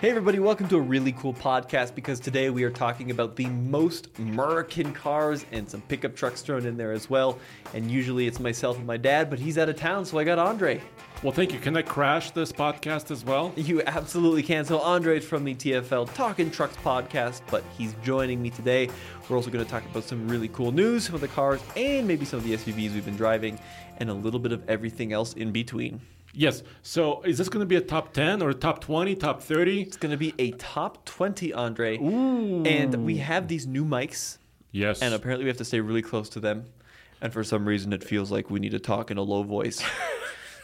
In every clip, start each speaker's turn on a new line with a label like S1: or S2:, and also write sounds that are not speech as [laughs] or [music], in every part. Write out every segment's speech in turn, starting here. S1: Hey, everybody, welcome to a really cool podcast because today we are talking about the most American cars and some pickup trucks thrown in there as well. And usually it's myself and my dad, but he's out of town, so I got Andre.
S2: Well, thank you. Can I crash this podcast as well?
S1: You absolutely can. So, Andre's from the TFL Talking Trucks podcast, but he's joining me today. We're also going to talk about some really cool news, some of the cars, and maybe some of the SUVs we've been driving, and a little bit of everything else in between.
S2: Yes. So is this going to be a top 10 or a top 20, top 30?
S1: It's going to be a top 20, Andre. And we have these new mics,
S2: Yes.
S1: and apparently we have to stay really close to them. And for some reason, it feels like we need to talk in a low
S2: [laughs]
S1: voice.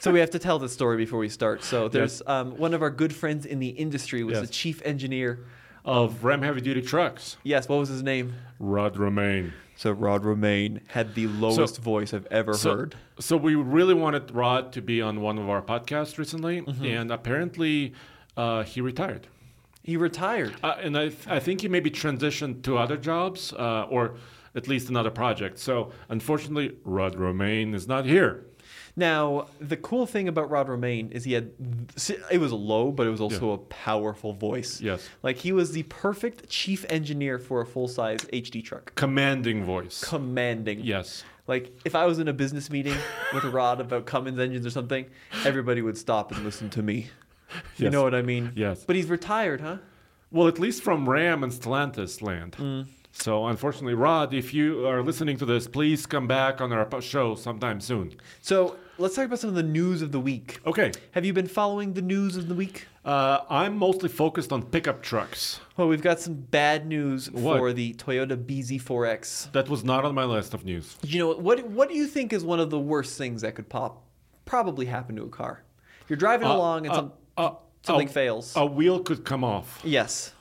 S1: so we have to tell this story before we start. So there's um, one of our good friends in the industry was the
S2: Yes.
S1: chief engineer.
S2: of Ram heavy duty trucks.
S1: Yes, what was his name?
S2: Rod Romaine.
S1: So Rod Romaine had the lowest voice I've ever
S2: So-
S1: heard.
S2: So we really wanted Rod to be on one of our podcasts recently, and apparently uh, he retired.
S1: He retired.
S2: Uh, and I, I think he maybe transitioned to other jobs uh, or at least another project. So unfortunately, Rod Romaine is not here.
S1: Now, the cool thing about Rod Romaine is he had it was low, but it was also a powerful voice.
S2: Yes.
S1: Like he was the perfect chief engineer for a full-size HD truck.
S2: Commanding voice.
S1: Commanding.
S2: yes.
S1: Like if I was in a business meeting [laughs] with Rod about Cummins engines or something, everybody would stop and listen to me. You
S2: Yes.
S1: know what I mean?
S2: Yes.
S1: But he's retired, huh?
S2: Well, at least from Ram and Stellantis land.
S1: Mm.
S2: So, unfortunately, Rod, if you are listening to this, please come back on our po- show sometime soon.
S1: So, let's talk about some of the news of the week.
S2: Okay.
S1: Have you been following the news of the week?
S2: Uh, I'm mostly focused on pickup trucks.
S1: Well, we've got some bad news
S2: What?
S1: for the Toyota BZ4X.
S2: That was not on my list of news.
S1: You know what? What do you think is one of the worst things that could pop, probably happen to a car? You're driving
S2: Uh,
S1: along and some, something
S2: a-
S1: fails.
S2: A wheel could come off. [laughs]
S1: yes,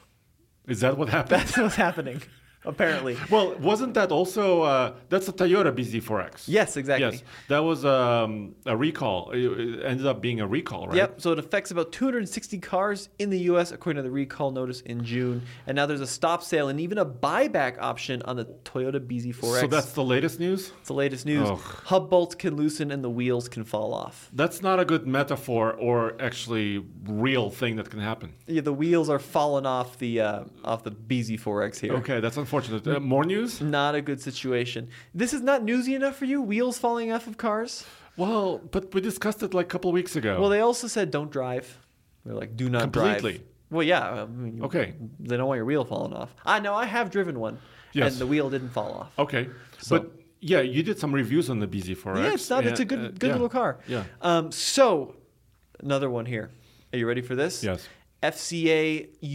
S2: Is that what happened?
S1: that's what's happening. [laughs] Apparently,
S2: [laughs] well, wasn't that also uh, that's a Toyota BZ4X?
S1: Yes, exactly.
S2: Yes, that was um, a recall. It- It ended up being a recall, right?
S1: Yep. So it affects about 260 cars in the U.S. according to the recall notice in June, and now there's a stop sale and even a buyback option on the Toyota BZ4X.
S2: So that's the latest news.
S1: the latest news.
S2: Ugh.
S1: Hub bolts can loosen and the wheels can fall off.
S2: That's not a good metaphor or actually real thing that can happen.
S1: Yeah, the wheels are falling off the uh, off the BZ4X here.
S2: Okay, that's unfortunate. Uh, more news?
S1: Not a good situation. This is not newsy enough for you. Wheels falling off of cars.
S2: Well, but we discussed it like a couple weeks ago.
S1: Well, they also said don't drive. They're like, do not drive.
S2: Completely.
S1: Well, yeah. I mean, you-
S2: Okay.
S1: They don't want your wheel falling off. I know. I have driven one,
S2: Yes.
S1: and the wheel didn't fall off.
S2: okay, but yeah, you did some reviews on the BZ4X.
S1: Yeah, it's not. It's a
S2: and,
S1: good,
S2: uh,
S1: good
S2: yeah,
S1: little car.
S2: Yeah.
S1: Um, so, another one here. Are you ready for this?
S2: Yes.
S1: FCA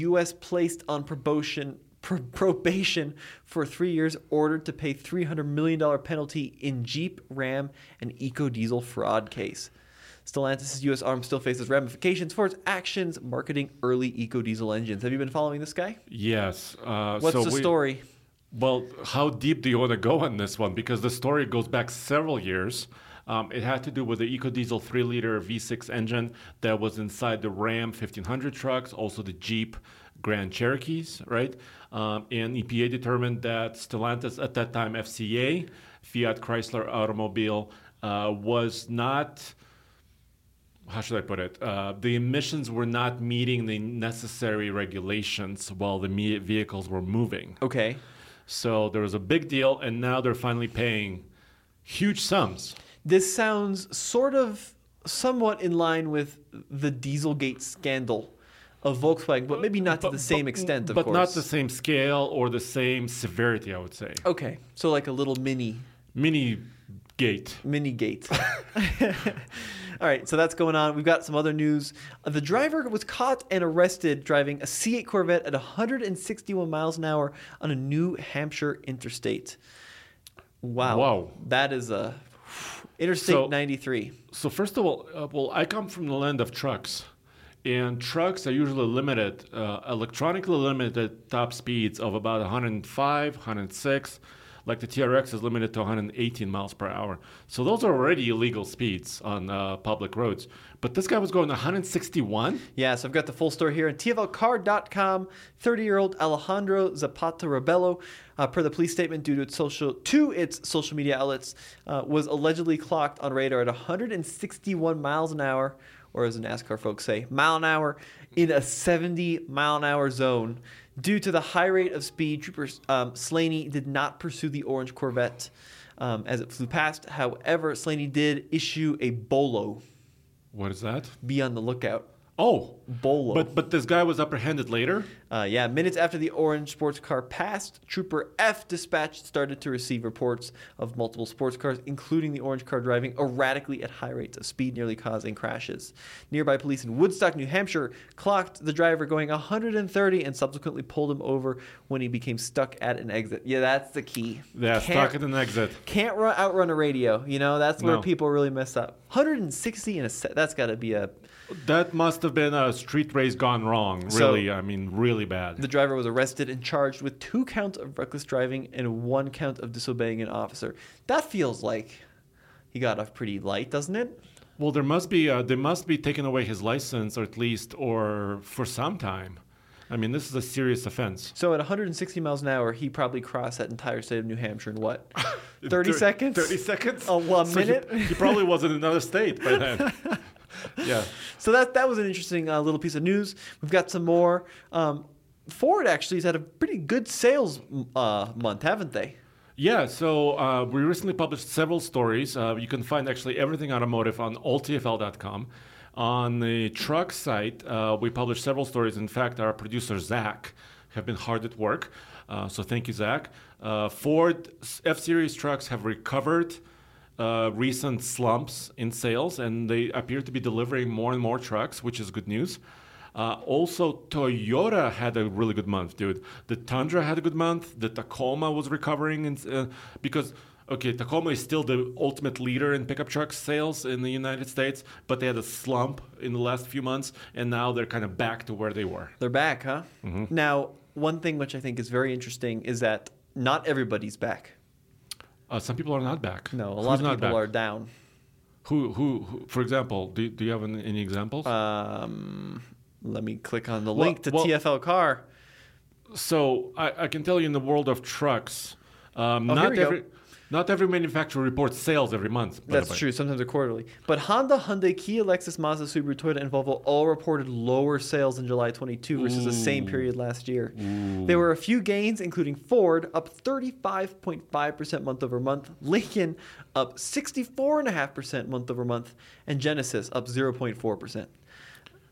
S1: U.S. placed on probation pro- probation for three years, ordered to pay three hundred million dollar penalty in Jeep, Ram, and EcoDiesel fraud case. Stellantis' U.S. arm still faces ramifications for its actions marketing early EcoDiesel engines. Have you been following this guy?
S2: Yes. Uh,
S1: What's
S2: so
S1: the
S2: we-
S1: story?
S2: Well, how deep do you want to go on this one? Because the story goes back several years. Um, it had to do with the EcoDiesel 3 liter V6 engine that was inside the Ram 1500 trucks, also the Jeep Grand Cherokees, right? Um, and EPA determined that Stellantis, at that time FCA, Fiat Chrysler Automobile, uh, was not how should I put it? Uh, the emissions were not meeting the necessary regulations while the me- vehicles were moving.
S1: Okay.
S2: So there was a big deal, and now they're finally paying huge sums.
S1: This sounds sort of somewhat in line with the Dieselgate scandal of Volkswagen, but maybe not to the same extent, of
S2: but
S1: course.
S2: not the same scale or the same severity, I would say.
S1: Okay, so like a little mini.
S2: Mini Gate.
S1: Mini
S2: [laughs]
S1: gate. [laughs] All right, so that's going on. We've got some other news. Uh, The driver was caught and arrested driving a C8 Corvette at 161 miles an hour on a New Hampshire interstate. Wow.
S2: Wow.
S1: That is a Interstate
S2: So-
S1: 93.
S2: So first of all, uh, well, I come from the land of trucks, and trucks are usually limited, uh, electronically limited top speeds of about 105, 106. Like the TRX is limited to 118 miles per hour. So those are already illegal speeds on uh, public roads. But this guy was going 161.
S1: Yeah, so I've got the full story here on TFLCard.com. 30 year old Alejandro Zapata Rebello, uh, per the police statement, due to its social to its social media outlets, uh, was allegedly clocked on radar at 161 miles an hour, or as NASCAR folks say, mile an hour, in a 70 mile an hour zone. Due to the high rate of speed, Trooper um, Slaney did not pursue the orange Corvette um, as it flew past. However, Slaney did issue a bolo.
S2: What is that?
S1: Be on the lookout.
S2: Oh,
S1: Bolo.
S2: But but this guy was apprehended later.
S1: Uh, yeah, minutes after the orange sports car passed, Trooper F dispatch started to receive reports of multiple sports cars, including the orange car driving erratically at high rates of speed, nearly causing crashes. Nearby police in Woodstock, New Hampshire, clocked the driver going 130 and subsequently pulled him over when he became stuck at an exit. Yeah, that's the key.
S2: Yeah,
S1: Can't-
S2: stuck at an exit.
S1: Can't run, outrun a radio. You know, that's where
S2: No.
S1: people really mess up. 160 in a set. That's got to be a
S2: That must have been a street race gone wrong.
S1: So-
S2: Really, I mean, really bad.
S1: The driver was arrested and charged with two counts of reckless driving and one count of disobeying an officer. That feels like he got off pretty light, doesn't it?
S2: Well, there must be uh, they must be taking away his license, or at least, or for some time. I mean, this is a serious offense.
S1: So at 160 miles an hour, he probably crossed that entire state of New Hampshire in
S2: [laughs]
S1: what? 30
S2: Thir-
S1: seconds?
S2: Thirty seconds.
S1: A one
S2: So he-
S1: minute?
S2: He, probably was in another state
S1: [laughs]
S2: by then. yeah.
S1: So that that was an interesting uh, little piece of news. We've got some more. Um, Ford actually has had a pretty good sales uh, month, haven't they?
S2: Yeah, so uh, we recently published several stories. Uh, you can find actually everything automotive on alltfl.com. On the truck site, uh, we published several stories. In fact, our producer Zach have been hard at work. Uh, so thank you, Zach. Uh, Ford F Series trucks have recovered uh, recent slumps in sales, and they appear to be delivering more and more trucks, which is good news. Uh, also, Toyota had a really good month, dude. The Tundra had a good month. The Tacoma was recovering, and uh, because okay, Tacoma is still the ultimate leader in pickup truck sales in the United States, but they had a slump in the last few months, and now they're kind of back to where they were.
S1: They're back, huh?
S2: Mm-hmm.
S1: Now, one thing which I think is very interesting is that not everybody's back.
S2: Uh, some people are not back.
S1: No, a
S2: Who's
S1: lot of
S2: not
S1: people
S2: back?
S1: are down.
S2: Who, who, who? For example, do, do you have any, any examples?
S1: Uh, Um, let me click on the
S2: Well-
S1: link to
S2: well-
S1: TFL Car.
S2: So I, I can tell you in the world of trucks, um,
S1: Oh, here
S2: not
S1: we go.
S2: every not every manufacturer reports sales every month. by the
S1: That's
S2: way.
S1: true. Sometimes they're quarterly. But Honda, Hyundai, Kia, Lexus, Mazda, Subaru, Toyota, and Volvo all reported lower sales in July 22 versus the same period last year. There were a few gains, including Ford up 35.5% month over month, Lincoln up 64.5% month over month, and Genesis up 0.4%.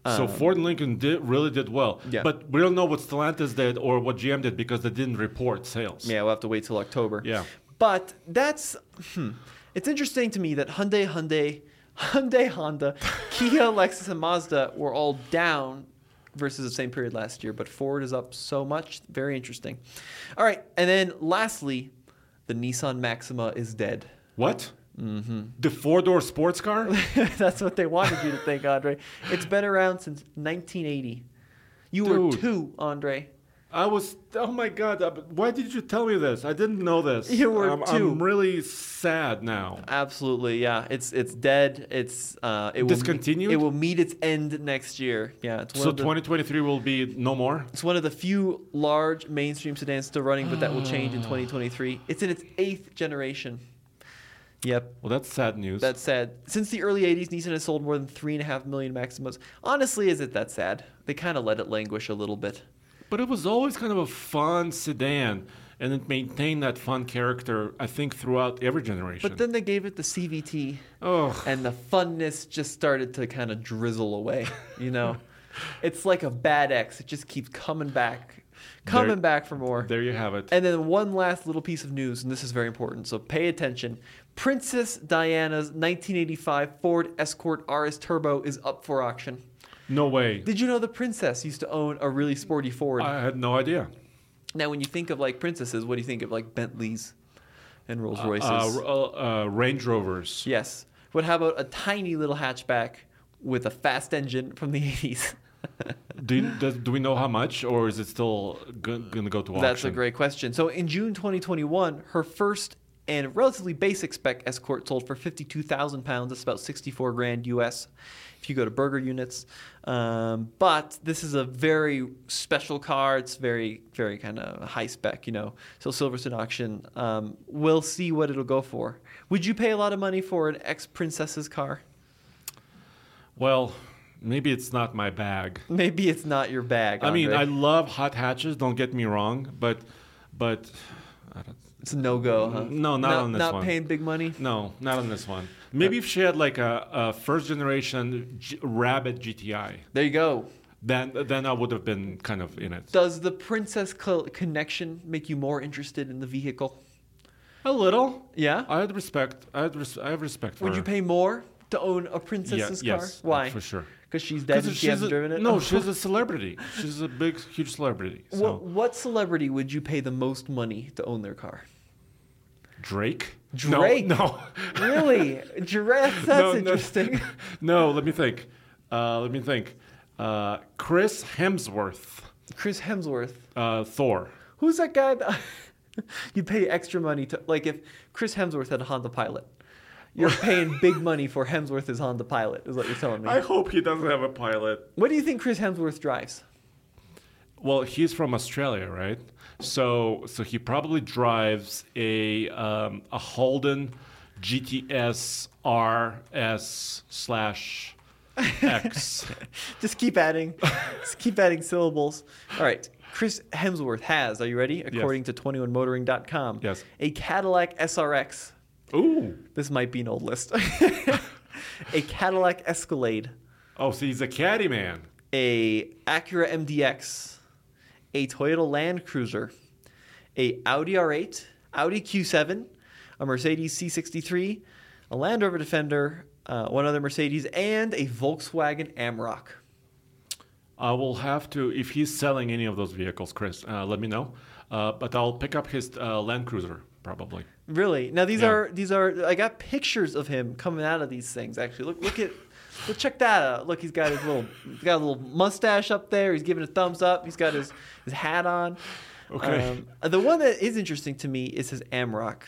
S2: So Ford and Lincoln did, really did well.
S1: Um, Yeah.
S2: But we don't know what Stellantis did or what GM did because they didn't report sales.
S1: Yeah, we'll have to wait till October.
S2: Yeah.
S1: But that's hmm, it's interesting to me that Hyundai, Hyundai, Hyundai, Honda,
S2: [laughs]
S1: Kia, Lexus, and Mazda were all down versus the same period last year, but Ford is up so much. Very interesting. All right, and then lastly, the Nissan Maxima is dead. [laughs]
S2: What?
S1: Mm-hmm.
S2: The four door sports car? [laughs]
S1: that's what they wanted you to think, Andre. It's been around since 1980. You were
S2: Dude.
S1: two, Andre.
S2: I was. Oh my God! uh, but Why did you tell me this? I didn't know this.
S1: You were
S2: I'm,
S1: too.
S2: I'm really sad now.
S1: Absolutely, yeah. It's it's dead. It's uh, it
S2: Discontinued?
S1: Will, it will meet its end next year. Yeah, it's one,
S2: So
S1: of the,
S2: 2023 will be no more.
S1: it's one of the few large mainstream sedans still running, but that will change
S2: Ah.
S1: in 2023. It's in its eighth generation. Yep,
S2: Well, that's sad news.
S1: that's sad. Since the early 80s, Nissan has sold more than three and a half million Maximas. Honestly, is it that sad? They kind of let it languish a little bit.
S2: But it was always kind of a fun sedan, and it maintained that fun character, I think, throughout every generation.
S1: But then they gave it the CVT,
S2: oh,
S1: and the funness just started to kind of drizzle away, you
S2: [laughs]
S1: know? it's like a bad ex. It just keeps coming back, coming
S2: There-
S1: back for more.
S2: there you have it.
S1: And then one last little piece of news, and this is very important, so pay attention. Princess Diana's 1985 Ford Escort RS Turbo is up for auction.
S2: No way.
S1: Did you know the princess used to own a really sporty Ford?
S2: I had no idea.
S1: now, when you think of like princesses, what do you think of like Bentleys and Rolls Royces?
S2: Uh, r- uh, uh, Range Rovers.
S1: yes. But how about a tiny little hatchback with a fast engine from the [laughs] 80s?
S2: Do, you- does, do we know how much, or is it still go, going to go to auction?
S1: That's a great question. So in June 2021, her first and relatively basic spec Escort sold for 52,000 pounds. That's about 64 grand US if you go to burger units. Um, but this is a very special car. It's very, very kind of high spec, you know. So Silverstone auction, um, we'll see what it'll go for. Would you pay a lot of money for an ex princess's car? [laughs]
S2: Well, maybe it's not my bag.
S1: Maybe it's not your bag.
S2: I mean, I
S1: Andre.
S2: love hot hatches. Don't get me wrong, but but I don't,
S1: it's a no go, huh?
S2: No, not on this
S1: not
S2: one.
S1: paying big money.
S2: no, not on this one. Maybe if she had like a, a first generation G- Rabbit GTI,
S1: There you go.
S2: then then I would have been kind of in it
S1: Does the princess co- connection make you more interested in the vehicle?
S2: a little.
S1: Yeah?
S2: I had respect. I had res- I have respect for.
S1: Would you
S2: her.
S1: pay more to own a princess's
S2: Yeah,
S1: car?
S2: yes, uh,
S1: Why?
S2: for sure.
S1: Because she's
S2: 'Cause
S1: dead and she
S2: she's
S1: hasn't
S2: a-
S1: driven it. [laughs]
S2: No, she's a celebrity. She's a big, huge celebrity. So
S1: What, what celebrity would you pay the most money to own their car?
S2: Drake.
S1: Drake?
S2: No. [laughs] no.
S1: Really, [laughs]
S2: [laughs]
S1: Giraffe? That's
S2: no,
S1: interesting. [laughs]
S2: No, let me think. Uh, let me think. Uh, Chris Hemsworth,
S1: Chris Hemsworth.
S2: uh, Thor.
S1: Who's that guy? That [laughs] you pay extra money to, like, if Chris Hemsworth had a Honda Pilot,
S2: [laughs]
S1: you're paying big money for Hemsworth's Honda Pilot. Is what you're telling me.
S2: I hope he doesn't have a pilot.
S1: What do you think Chris Hemsworth drives? [laughs]
S2: Well, he's from Australia, right? So, so he probably drives a um, a Holden GTS RS slash [laughs] X.
S1: Just keep adding, just keep adding syllables. All right. Chris Hemsworth has, are you ready? According to 21motoring.com,
S2: Yes.
S1: a Cadillac SRX.
S2: Ooh.
S1: This might be an old list. [laughs] a Cadillac Escalade,
S2: Oh, so he's a caddy man.
S1: a Acura MDX, a Toyota Land Cruiser, a Audi R8, Audi Q7, a Mercedes C63, a Land Rover Defender, uh, one other Mercedes, and a Volkswagen Amarok.
S2: I will have to, if he's selling any of those vehicles, Chris, uh, let me know. Uh, but I'll pick up his uh, Land Cruiser, probably.
S1: Really? Now these
S2: Yeah.
S1: are these are I got pictures of him coming out of these things actually. Look look at look check that out. Look he's got his little he's got a little mustache up there, he's giving a thumbs up, he's got his, his hat on.
S2: Okay.
S1: Um, the one that is interesting to me is his Amrock.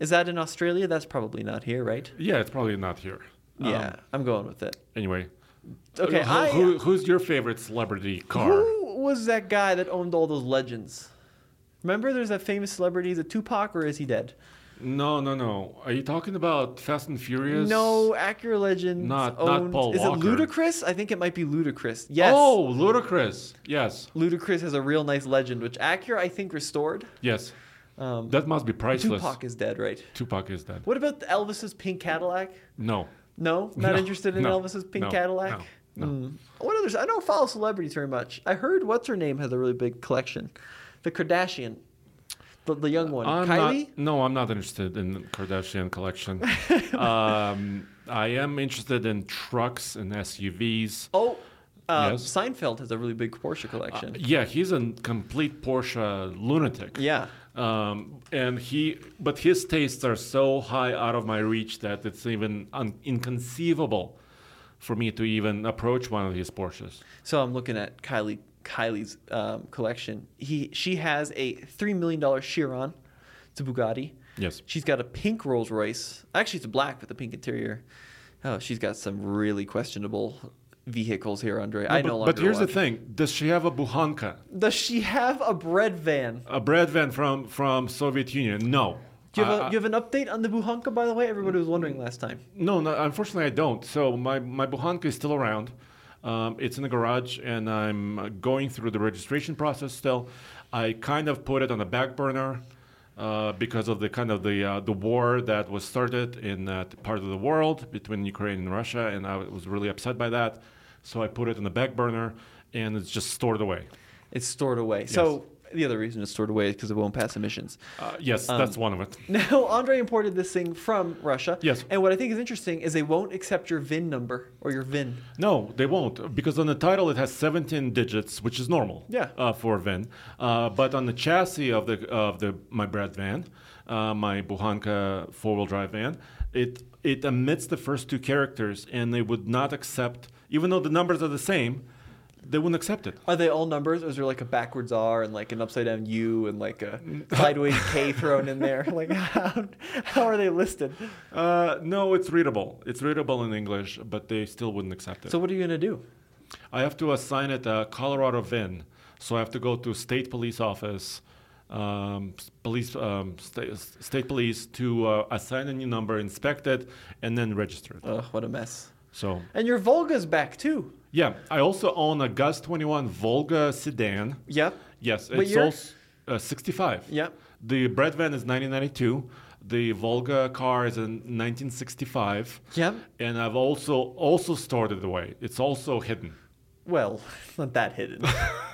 S1: Is that in Australia? That's probably not here, right?
S2: Yeah, it's probably not here. Um,
S1: Yeah, I'm going with it.
S2: anyway.
S1: Okay,
S2: Who,
S1: I-
S2: who- who's your favorite celebrity car?
S1: Who was that guy that owned all those legends? Remember there's that famous celebrity, is it Tupac or is he dead?
S2: No, no, no. Are you talking about Fast and Furious?
S1: No, Acura Legends.
S2: Not- not
S1: owned,
S2: Paul
S1: Is
S2: Walker.
S1: it Ludacris? I think it might be Ludacris. Yes.
S2: Oh, Ludacris. Yes.
S1: Ludacris has a real nice legend, which Acura I think restored.
S2: Yes.
S1: Um,
S2: that must be priceless.
S1: Tupac is dead, right?
S2: Tupac is that.
S1: What about Elvis's pink Cadillac?
S2: No. [laughs]
S1: No, not
S2: No,
S1: interested in
S2: no,
S1: Elvis's pink
S2: no,
S1: Cadillac.
S2: no, no.
S1: Mm. What others? I don't follow celebrities very much. I heard what's her name has a really big collection, the Kardashian, the, the young one,
S2: I'm
S1: Kylie.
S2: Not, no, I'm not interested in the
S1: [laughs]
S2: Kardashian collection. um, I am interested in trucks and SUVs.
S1: Oh, uh,
S2: Yes. Uh,
S1: Seinfeld has a really big Porsche collection.
S2: Yeah, he's a complete Porsche lunatic.
S1: yeah.
S2: Um, and he, but his tastes are so high out of my reach that it's even un- inconceivable for me to even approach one of his Porsches.
S1: So I'm looking at Kylie Kylie's um, collection. He she has a three million dollar Chiron, it's a Bugatti.
S2: Yes.
S1: She's got a pink Rolls Royce. Actually, it's black with a pink interior. Oh, she's got some really questionable vehicles here, Andre. I
S2: but,
S1: no longer.
S2: but here's
S1: watch.
S2: the thing: Does she have a buhanka,
S1: Does she have a bread van?
S2: a bread van from from Soviet Union? No.
S1: Do you have,
S2: I-
S1: a,
S2: I-
S1: you have an update on the Buhanka, by the way? Everybody was wondering last time.
S2: No, no, unfortunately, I don't. So my my Buhanka is still around. Um, it's in the garage, and I'm uh, going through the registration process still. I kind of put it on the back burner uh, because of the kind of the uh, the war that was started in that part of the world between Ukraine and Russia, and I was really upset by that. So I put it on the back burner, and it's just stored away.
S1: It's stored away. So the other reason it's stored away is because it won't pass emissions.
S2: Uh, yes, that's one of it.
S1: Now, [laughs] Andre imported this thing from Russia.
S2: Yes.
S1: And what I think is interesting is they won't accept your VIN number or your VIN.
S2: No, they won't, because on the title it has 17 digits, which is normal.
S1: Yeah.
S2: Uh, for a van, uh, but on the chassis of the of the my Brad van, uh, my Buhanka four wheel drive van, it it omits the first two characters, and they would not accept, even though the numbers are the same, they wouldn't accept it.
S1: Are they all numbers, or is there like a backwards R and like an upside down U and like a sideways K thrown in there? [laughs] Like, how, how are they listed?
S2: Uh, no, it's readable. It's readable in English, but they still wouldn't accept it.
S1: So, what are you going to do?
S2: I have to assign it a Colorado VIN, so I have to go to state police office, um, s- police, um, sta- state police to uh, assign a new number, inspect it, and then register it.
S1: Ugh, what a mess.
S2: So
S1: And your Volga's back too.
S2: yeah, I also own a Guz 21 Volga sedan.
S1: Yep.
S2: Yes,
S1: What
S2: it's
S1: year?
S2: also uh, 65.
S1: Yep.
S2: The bread van is 1992. The Volga car is in 1965.
S1: Yep.
S2: And I've also also stored it away. It's also hidden.
S1: Well, [laughs] it's not that hidden,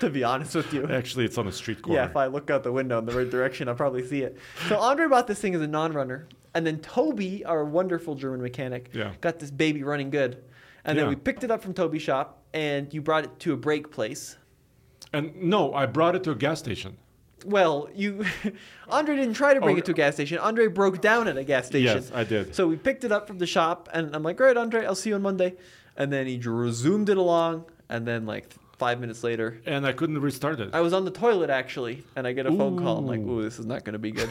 S1: to be honest with you.
S2: Actually, it's on a street corner.
S1: Yeah, if I look out the window in the right direction, I'll probably see it. So Andre bought this thing as a non-runner, and then Toby, our wonderful German mechanic,
S2: Yeah.
S1: got this baby running good. And then
S2: Yeah.
S1: we picked it up from Toby's shop, and you brought it to a break place.
S2: And no, I brought it to a gas station.
S1: Well, you, [laughs] Andre didn't try to bring
S2: Oh,
S1: it to a gas station. Andre broke down at a gas station.
S2: Yes, I did.
S1: So we picked it up from the shop, and I'm like, "All right, Andre, I'll see you on Monday." And then he resumed it along, and then like five minutes later,
S2: And I couldn't restart it.
S1: I was on the toilet actually, and I get a phone call. I'm like,
S2: Ooh.
S1: ooh, this is not going to be good.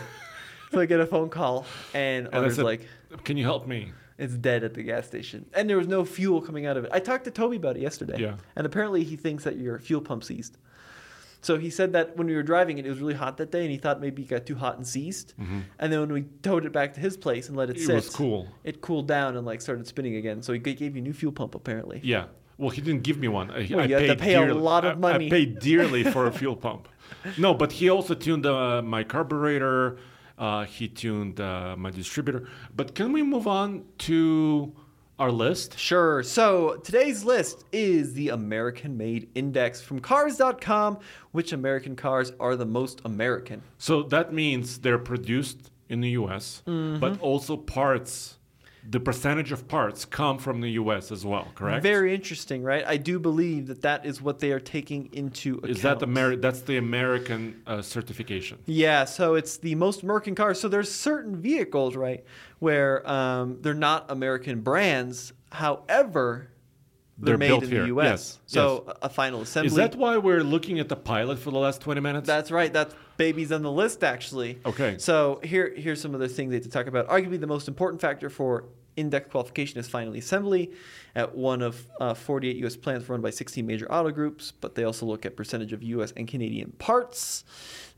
S1: so I get a phone call, and,
S2: and I
S1: Anders
S2: said,
S1: like,
S2: Can you help me?
S1: it's dead at the gas station, and there was no fuel coming out of it. I talked to Toby about it yesterday,
S2: Yeah.
S1: and apparently he thinks that your fuel pump seized. So he said that when we were driving it, it was really hot that day, and he thought maybe it got too hot and seized. And then when we towed it back to his place and let it,
S2: Mm-hmm. It
S1: sit,
S2: was cool.
S1: It cooled down and like started spinning again. So he g- gave you a new fuel pump apparently.
S2: Yeah. Well, he didn't give me one. I,
S1: Well,
S2: I
S1: you had
S2: paid
S1: to pay a
S2: dearly-
S1: lot of
S2: I-
S1: money. [laughs]
S2: I paid dearly for a fuel pump. No, but he also tuned uh, my carburetor. Uh, he tuned uh, my distributor. But can we move on to our list?
S1: Sure. So today's list is the American Made Index from Cars.com. Which American cars are the most American?
S2: So that means they're produced in the U.S.,
S1: Mm-hmm.
S2: but also parts, the percentage of parts come from the U.S. as well, correct?
S1: Very interesting, right? I do believe that that is what they are taking into account.
S2: Is that the Ameri- that's the American uh, certification?
S1: Yeah, so it's the most American cars. So there's certain vehicles, right, where um, they're not American brands. However, they're,
S2: They're
S1: made
S2: built
S1: in
S2: here.
S1: the U.S.
S2: Yes,
S1: So a- a final assembly.
S2: Is that why we're looking at the pilot for the last 20 minutes?
S1: That's right. That's babies on the list, actually.
S2: Okay.
S1: So here, here's some of the things they had to talk about. Arguably, the most important factor for index qualification is finally assembly at one of uh, 48 U.S. plants run by 16 major auto groups, but they also look at percentage of U.S. and Canadian parts,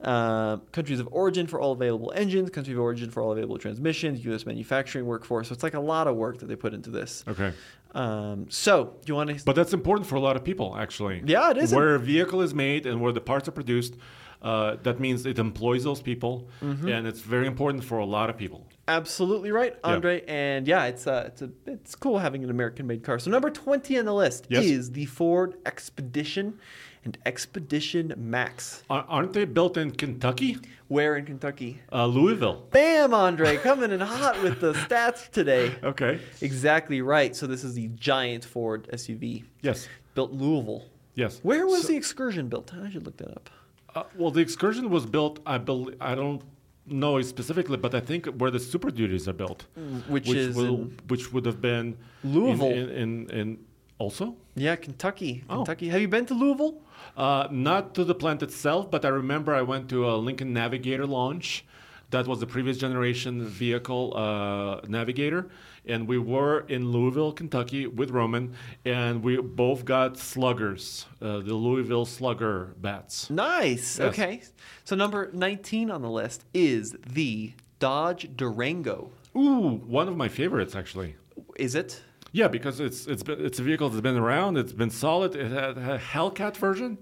S1: uh, countries of origin for all available engines, country of origin for all available transmissions, U.S. manufacturing workforce. So it's like a lot of work that they put into this.
S2: okay.
S1: Um, so do you want to?
S2: But that's important for a lot of people, actually.
S1: Yeah, it is.
S2: Where a vehicle is made and where the parts are produced, uh, that means it employs those people,
S1: Mm-hmm.
S2: and it's very important for a lot of people.
S1: Absolutely right, Andre. And yeah, it's uh, it's a, it's cool having an American-made car. So number twenty on the list
S2: Yes.
S1: is the Ford Expedition and Expedition Max.
S2: Ar- aren't they built in Kentucky?
S1: Where in Kentucky?
S2: Uh, Louisville.
S1: Bam, Andre, coming in hot with
S2: [laughs]
S1: the stats today.
S2: Okay.
S1: Exactly right. So this is the giant Ford SUV.
S2: Yes.
S1: Built in Louisville.
S2: Yes.
S1: Where was
S2: So-
S1: the Excursion built? I should look that up.
S2: Uh, well, the excursion was built. I believe I don't know specifically, but I think where the Super Duties are built,
S1: Mm, which is in-
S2: which would have been in-
S1: Louisville.
S2: in, in, in also.
S1: Yeah, Kentucky.
S2: Oh.
S1: Kentucky. Have you been to Louisville?
S2: Uh, not to the plant itself, but I remember I went to a Lincoln Navigator launch. That was the previous generation vehicle uh, Navigator, and we were in Louisville, Kentucky, with Roman, and we both got sluggers, uh, the Louisville Slugger bats.
S1: Nice.
S2: Yes.
S1: Okay. So number 19 on the list is the Dodge Durango.
S2: Ooh, one of my favorites actually.
S1: Is it?
S2: Yeah, because it's it's been, it's a vehicle that's been around. It's been solid. It had a Hellcat version,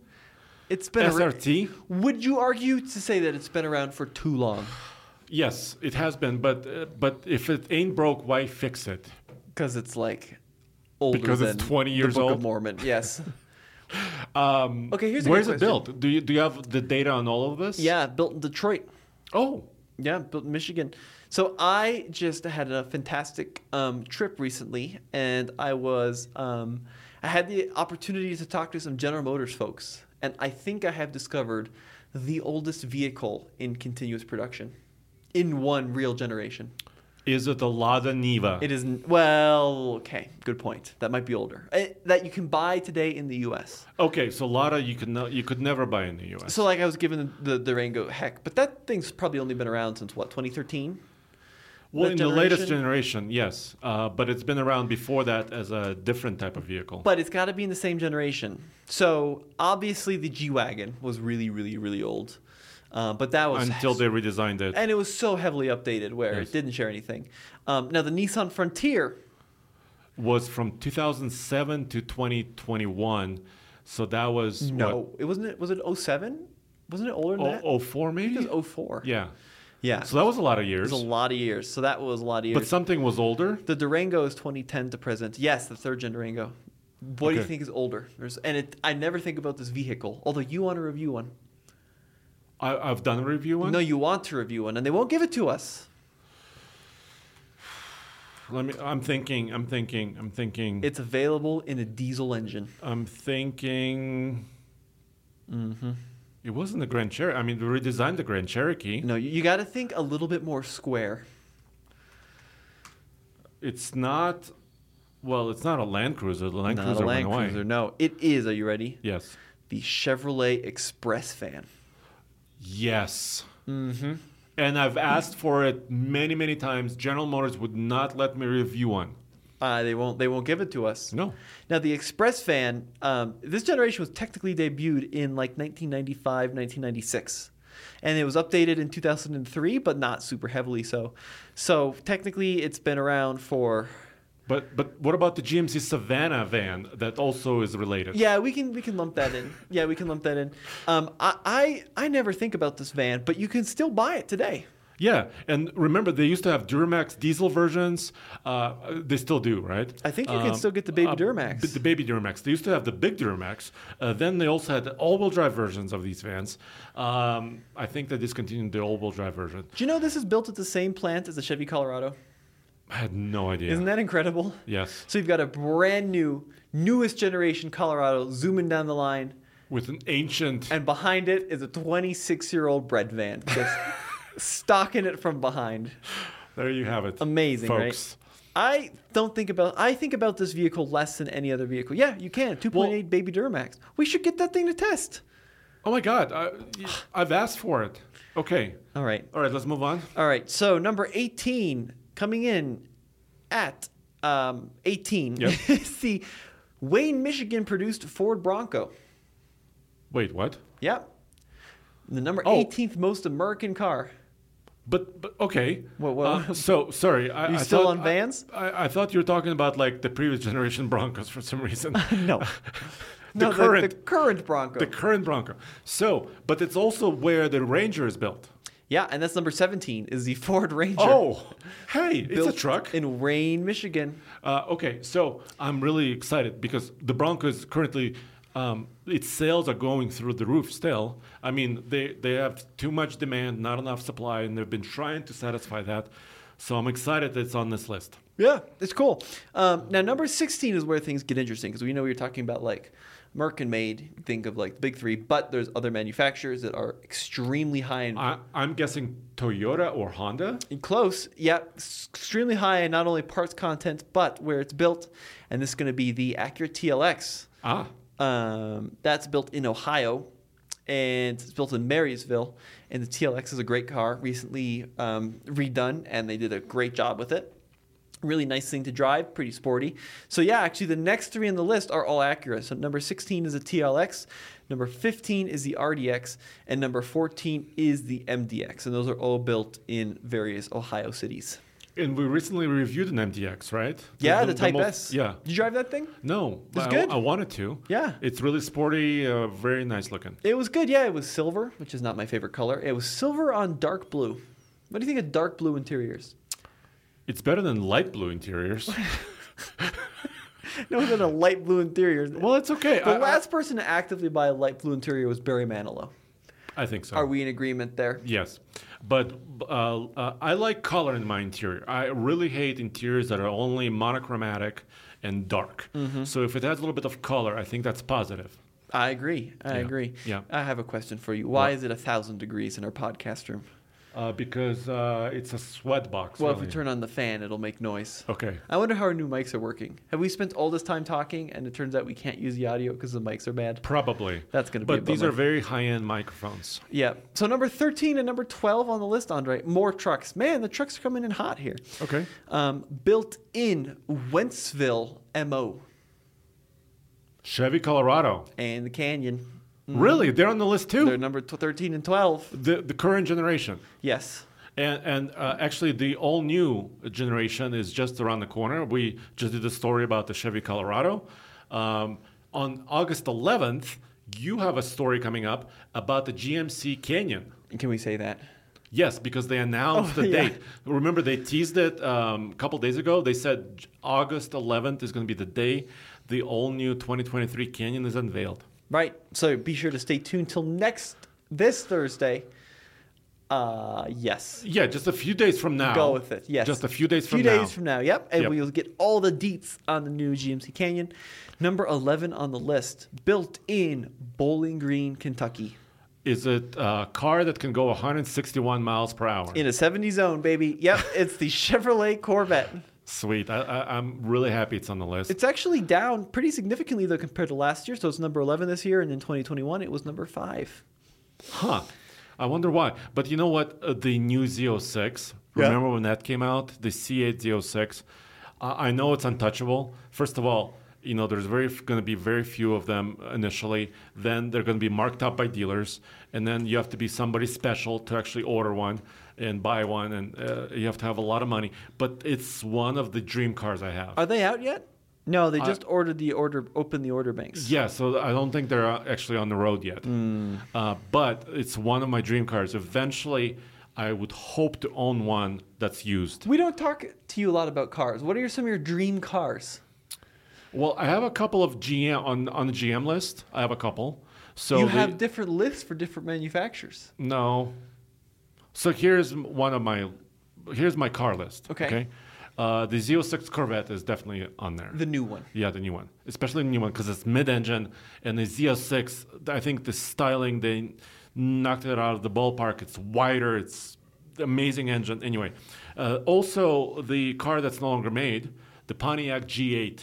S1: It's been ar-
S2: SRT.
S1: Would you argue to say that it's been around for too long?
S2: Yes, it has been, but uh, but if it ain't broke, why fix it?
S1: Because it's like older
S2: Because
S1: than
S2: it's 20 years
S1: the Book of
S2: old?
S1: Mormon. Yes.
S2: [laughs] Um,
S1: Okay, here's a good
S2: where's it
S1: question.
S2: built? Do you do you have the data on all of this?
S1: Yeah, built in Detroit.
S2: Oh,
S1: Yeah, built in Michigan. So I just had a fantastic um, trip recently, and I was um, I had the opportunity to talk to some General Motors folks, and I think I have discovered the oldest vehicle in continuous production in one real generation.
S2: is it the Lada Niva?
S1: It is well, okay, good point. That might be older Eh, that you can buy today in the U.S.
S2: Okay, so Lada you could no, you could never buy in the U.S.
S1: So like I was given the the Durango heck, but that thing's probably only been around since what 2013.
S2: well,
S1: the
S2: in the latest
S1: generation-
S2: generation, yes, uh, but it's been around before that as a different type of vehicle.
S1: But it's got to be in the same generation. So obviously the G wagon was really, really, really old, uh, but that was
S2: until they redesigned it.
S1: and it was so heavily updated where
S2: Yes.
S1: it didn't share anything. Um, now the Nissan Frontier,
S2: was from 2007 to 2021. So that was
S1: no, oh, it wasn't. It was it 07? Wasn't it older than that?
S2: what, oh, 04 maybe?
S1: it was 04.
S2: yeah.
S1: yeah.
S2: So that was a lot of years.
S1: was a lot of years. So that was a lot of years.
S2: But something was older.
S1: The Durango is 2010 to present. Yes, the third gen Durango. What do you
S2: Okay.
S1: think is older? There's, and it, I never think about this vehicle, although you want to review one.
S2: I, I've done a review one.
S1: No, you want to review one, and they won't give it to us.
S2: Let me. I'm thinking. I'm thinking. I'm thinking.
S1: It's available in a diesel engine.
S2: I'm thinking.
S1: Mm-hmm.
S2: It wasn't the Grand Cherokee. I mean, they redesigned the Grand Cherokee.
S1: No, you, you got to think a little bit more square.
S2: It's not. Well, it's not a Land Cruiser. The Land
S1: Not
S2: Cruiser
S1: a Land
S2: went away.
S1: Cruiser. No, it is. Are you ready?
S2: Yes.
S1: The Chevrolet Express van.
S2: Yes. Mm-hmm. And I've asked for it many, many times. General Motors would not let me review one.
S1: Uh, they won't. They won't give it to us.
S2: No.
S1: Now the Express van. Um, this generation was technically debuted in like 1995, 1996, and it was updated in 2003, but not super heavily so. So technically, it's been around for.
S2: But but what about the GMC Savannah van that also is related?
S1: Yeah, we can we can lump that in. Yeah, we can lump that in. Um, I, I I never think about this van, but you can still buy it today.
S2: Yeah, and remember they used to have Duramax diesel versions. Uh, they still do, right? Um, uh,
S1: I think you can still get the baby Duramax.
S2: b- The baby Duramax. They used to have the big Duramax. Uh, then they also had all-wheel drive versions of these vans. Um, I think they discontinued the all-wheel drive version.
S1: Do you know this is built at the same plant as the Chevy Colorado?
S2: I had no idea.
S1: Isn't that incredible?
S2: Yes.
S1: So you've got a brand new, newest generation Colorado zooming down the line,
S2: With an ancient
S1: and behind it is a 26 year old bread van
S2: [laughs]
S1: just stalking it from behind.
S2: There you have it.
S1: Amazing,
S2: folks.
S1: right? I don't think about. I think about this vehicle less than any other vehicle. Yeah, you can. 2.8 baby Duramax. We should get that thing to test.
S2: Oh my God, I, I've asked for it. Okay.
S1: All right.
S2: All right, let's move on.
S1: All right, so number 18 coming in at um, 18 [laughs]
S2: Yep.
S1: is the Wayne, Michigan produced Ford Bronco.
S2: Wait, what?
S1: Yep. The number
S2: Oh.
S1: 18th most American car.
S2: But, but okay.
S1: What- what-
S2: Uh, so sorry. I,
S1: You
S2: I
S1: still
S2: thought-
S1: on vans?
S2: I, I, I thought you were talking about like the previous generation Broncos for
S1: [laughs]
S2: some reason.
S1: No.
S2: the current,
S1: The, current Bronco.
S2: the current Bronco. So, but it's also where the Ranger is built.
S1: yeah, and that's number 17 is the Ford Ranger.
S2: Oh, hey,
S1: built
S2: it's a truck.
S1: In Wayne, Michigan.
S2: Uh, okay, so I'm really excited because the Broncos currently, um, its sales are going through the roof still. I mean, they, they have too much demand, not enough supply, and they've been trying to satisfy that. So I'm excited that it's on this list.
S1: Yeah, it's cool. Um, now, number 16 is where things get interesting because we know we were talking about like Merck and Made, think of like the big three, but there's other manufacturers that are extremely high in.
S2: I, I'm guessing Toyota or Honda.
S1: Close, yeah, s- extremely high in not only parts content, but where it's built. And this is going to be the Acura TLX.
S2: Ah,
S1: Um, that's built in Ohio, and it's built in Marysville. And the TLX is a great car, recently um, redone, and they did a great job with it. Really nice thing to drive, pretty sporty. So yeah, actually, the next three in the list are all Acura. So number 16 is a TLX, number 15 is the RDX, and number 14 is the MDX, and those are all built in various Ohio cities.
S2: and we recently reviewed an MDX, right?
S1: Yeah, the, Type
S2: most-
S1: S.
S2: Yeah.
S1: did you drive that thing?
S2: No,
S1: It's
S2: but I,
S1: good.
S2: I wanted to.
S1: Yeah.
S2: It's really sporty, uh, very nice looking.
S1: It was good, yeah. It was silver, which is not my favorite color. It was silver on dark blue. What do you think of dark blue interiors? [laughs]
S2: It's better than light blue interiors.
S1: No, than a light blue interior.
S2: Well, it's okay.
S1: the
S2: I, I-
S1: last person to actively buy a light blue interior was Barry Manilow.
S2: I think so.
S1: Are we in agreement there?
S2: Yes, but uh, uh, I like color in my interior. I really hate interiors that are only monochromatic and dark.
S1: Mm-hmm.
S2: So if it has a little bit of color, I think that's positive.
S1: I agree. I
S2: Yeah.
S1: agree.
S2: Yeah.
S1: I have a question for you. Why is it a thousand degrees in our podcast room?
S2: Uh, because uh, it's a sweat box.
S1: Well, if
S2: really.
S1: we turn on the fan, it'll make noise.
S2: Okay.
S1: I wonder how our new mics are working. Have we spent all this time talking, and it turns out we can't use the audio because the mics are bad?
S2: Probably.
S1: That's gonna be a
S2: But these
S1: bummer.
S2: are very high-end microphones.
S1: Yeah. So number 13 and number 12 on the list, Andre. More trucks. Man, the trucks are coming in hot here.
S2: Okay.
S1: Um, built in Wentzville MO
S2: Chevy Colorado.
S1: and the Canyon.
S2: Really, they're on the list too.
S1: They're number tw 13 and 12.
S2: the the current generation.
S1: Yes.
S2: And, and uh, actually, the all new generation is just around the corner. We just did a story about the Chevy Colorado. Um, on August 11th, you have a story coming up about the GMC Canyon.
S1: Can we say that?
S2: Yes, because they announced
S1: Oh,
S2: the
S1: yeah.
S2: date. Remember, they teased it um, a couple days ago. They said J- August 11th is going to be the day the all new 2023 Canyon is unveiled.
S1: Right. So be sure to stay tuned till next this Thursday. Uh, yes.
S2: Yeah, just a few days from now.
S1: Go with it. Yes.
S2: Just a few days from
S1: few
S2: now.
S1: days from now. Yep. And
S2: Yep.
S1: we'll get all the deets on the new GMC Canyon. Number 11 on the list, built in Bowling Green, Kentucky.
S2: Is it uh, a car that can go 161 miles per hour?
S1: In a 70 zone, baby.
S2: [laughs]
S1: Yep. It's the Chevrolet Corvette.
S2: Sweet. I, I, I'm really happy it's on the list.
S1: It's actually down pretty significantly, though, compared to last year. So it's number 11 this year. And in 2021, it was number five.
S2: huh. I wonder why. But you know what? Uh, the new Z06,
S1: Yeah.
S2: remember when that came out? The C8 Z06. I I know it's untouchable. First of all, you know, there's very going to be very few of them initially. Then they're going to be marked up by dealers, and then you have to be somebody special to actually order one and buy one, and uh, you have to have a lot of money. But it's one of the dream cars I have.
S1: Are they out yet? No, they just ordered the order, opened the order banks.
S2: Uh, Yeah, so I don't think they're uh, actually on the road yet.
S1: Hmm.
S2: Uh, but it's one of my dream cars. Eventually, I would hope to own one that's used.
S1: We don't talk to you a lot about cars. What are your, some of your dream cars?
S2: Well, I have a couple of GM on on the GM list. I have a couple. So
S1: you
S2: the-
S1: have different lists for different manufacturers.
S2: no. So here's m- one of my here's my car list.
S1: Okay.
S2: Uh, the Z06 Corvette is definitely on there.
S1: The new one.
S2: Yeah, the new one, especially the new one, because it's mid-engine and the ZS6. I think the styling they knocked it out of the ballpark. It's wider. It's amazing engine. Anyway, uh, also the car that's no longer made, the Pontiac G8,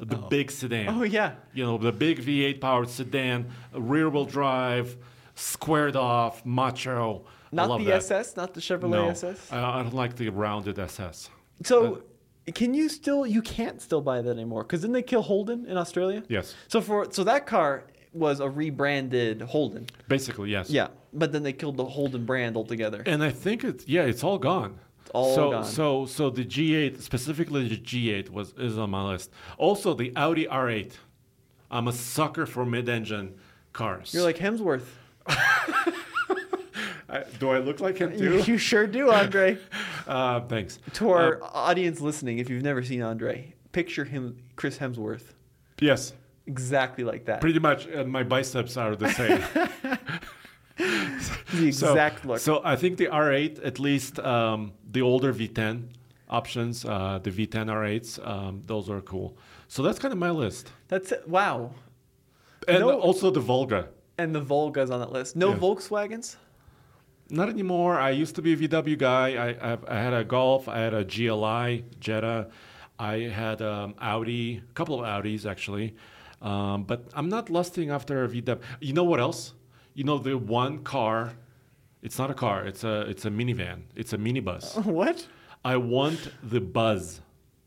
S2: the big sedan.
S1: Oh, yeah.
S2: You know the big V8 powered sedan, rear-wheel drive, squared off, macho. I
S1: Not
S2: love
S1: the
S2: that.
S1: SS, not the Chevrolet
S2: No,
S1: SS.
S2: I, I don't like the rounded SS.
S1: So, can you still? You can't still buy that anymore because didn't they kill Holden in Australia?
S2: Yes.
S1: So for so that car was a rebranded Holden.
S2: Basically, yes.
S1: Yeah, but then they killed the Holden brand altogether.
S2: And I think it's yeah, it's all gone. It's
S1: all
S2: so,
S1: gone.
S2: So so the G8 specifically the G8 was is on my list. Also the Audi R8. I'm a sucker for mid-engine cars.
S1: You're like Hemsworth.
S2: I, do Um, I look
S1: [laughs]
S2: like him
S1: You, you sure do,
S2: [laughs]
S1: Andre.
S2: Uh, thanks.
S1: to our audience listening, if you've never seen Andre, picture him, Chris Hemsworth,
S2: Yes,
S1: exactly like that.
S2: pretty much. And my biceps are the
S1: [laughs]
S2: same.
S1: the exact
S2: so,
S1: look.
S2: So I think the R8, at least um, the older V10 options, uh, the V10 R8s, um, those are cool. So that's kind of my list.
S1: That's it. Wow.
S2: And
S1: No.
S2: also the Volga.
S1: And the Volga's on that list. No
S2: Yeah. [laughs]
S1: Volkswagens.
S2: Not anymore. I used to be a VW guy. I, I, I had a Golf. I had a GLI Jetta. I had um, Audi, a couple of Audis actually. Um, but I'm not lusting after a VW. You know what else? You know the one car. It's not a car. It's a it's a minivan. It's a minibus.
S1: What?
S2: I want the Buzz.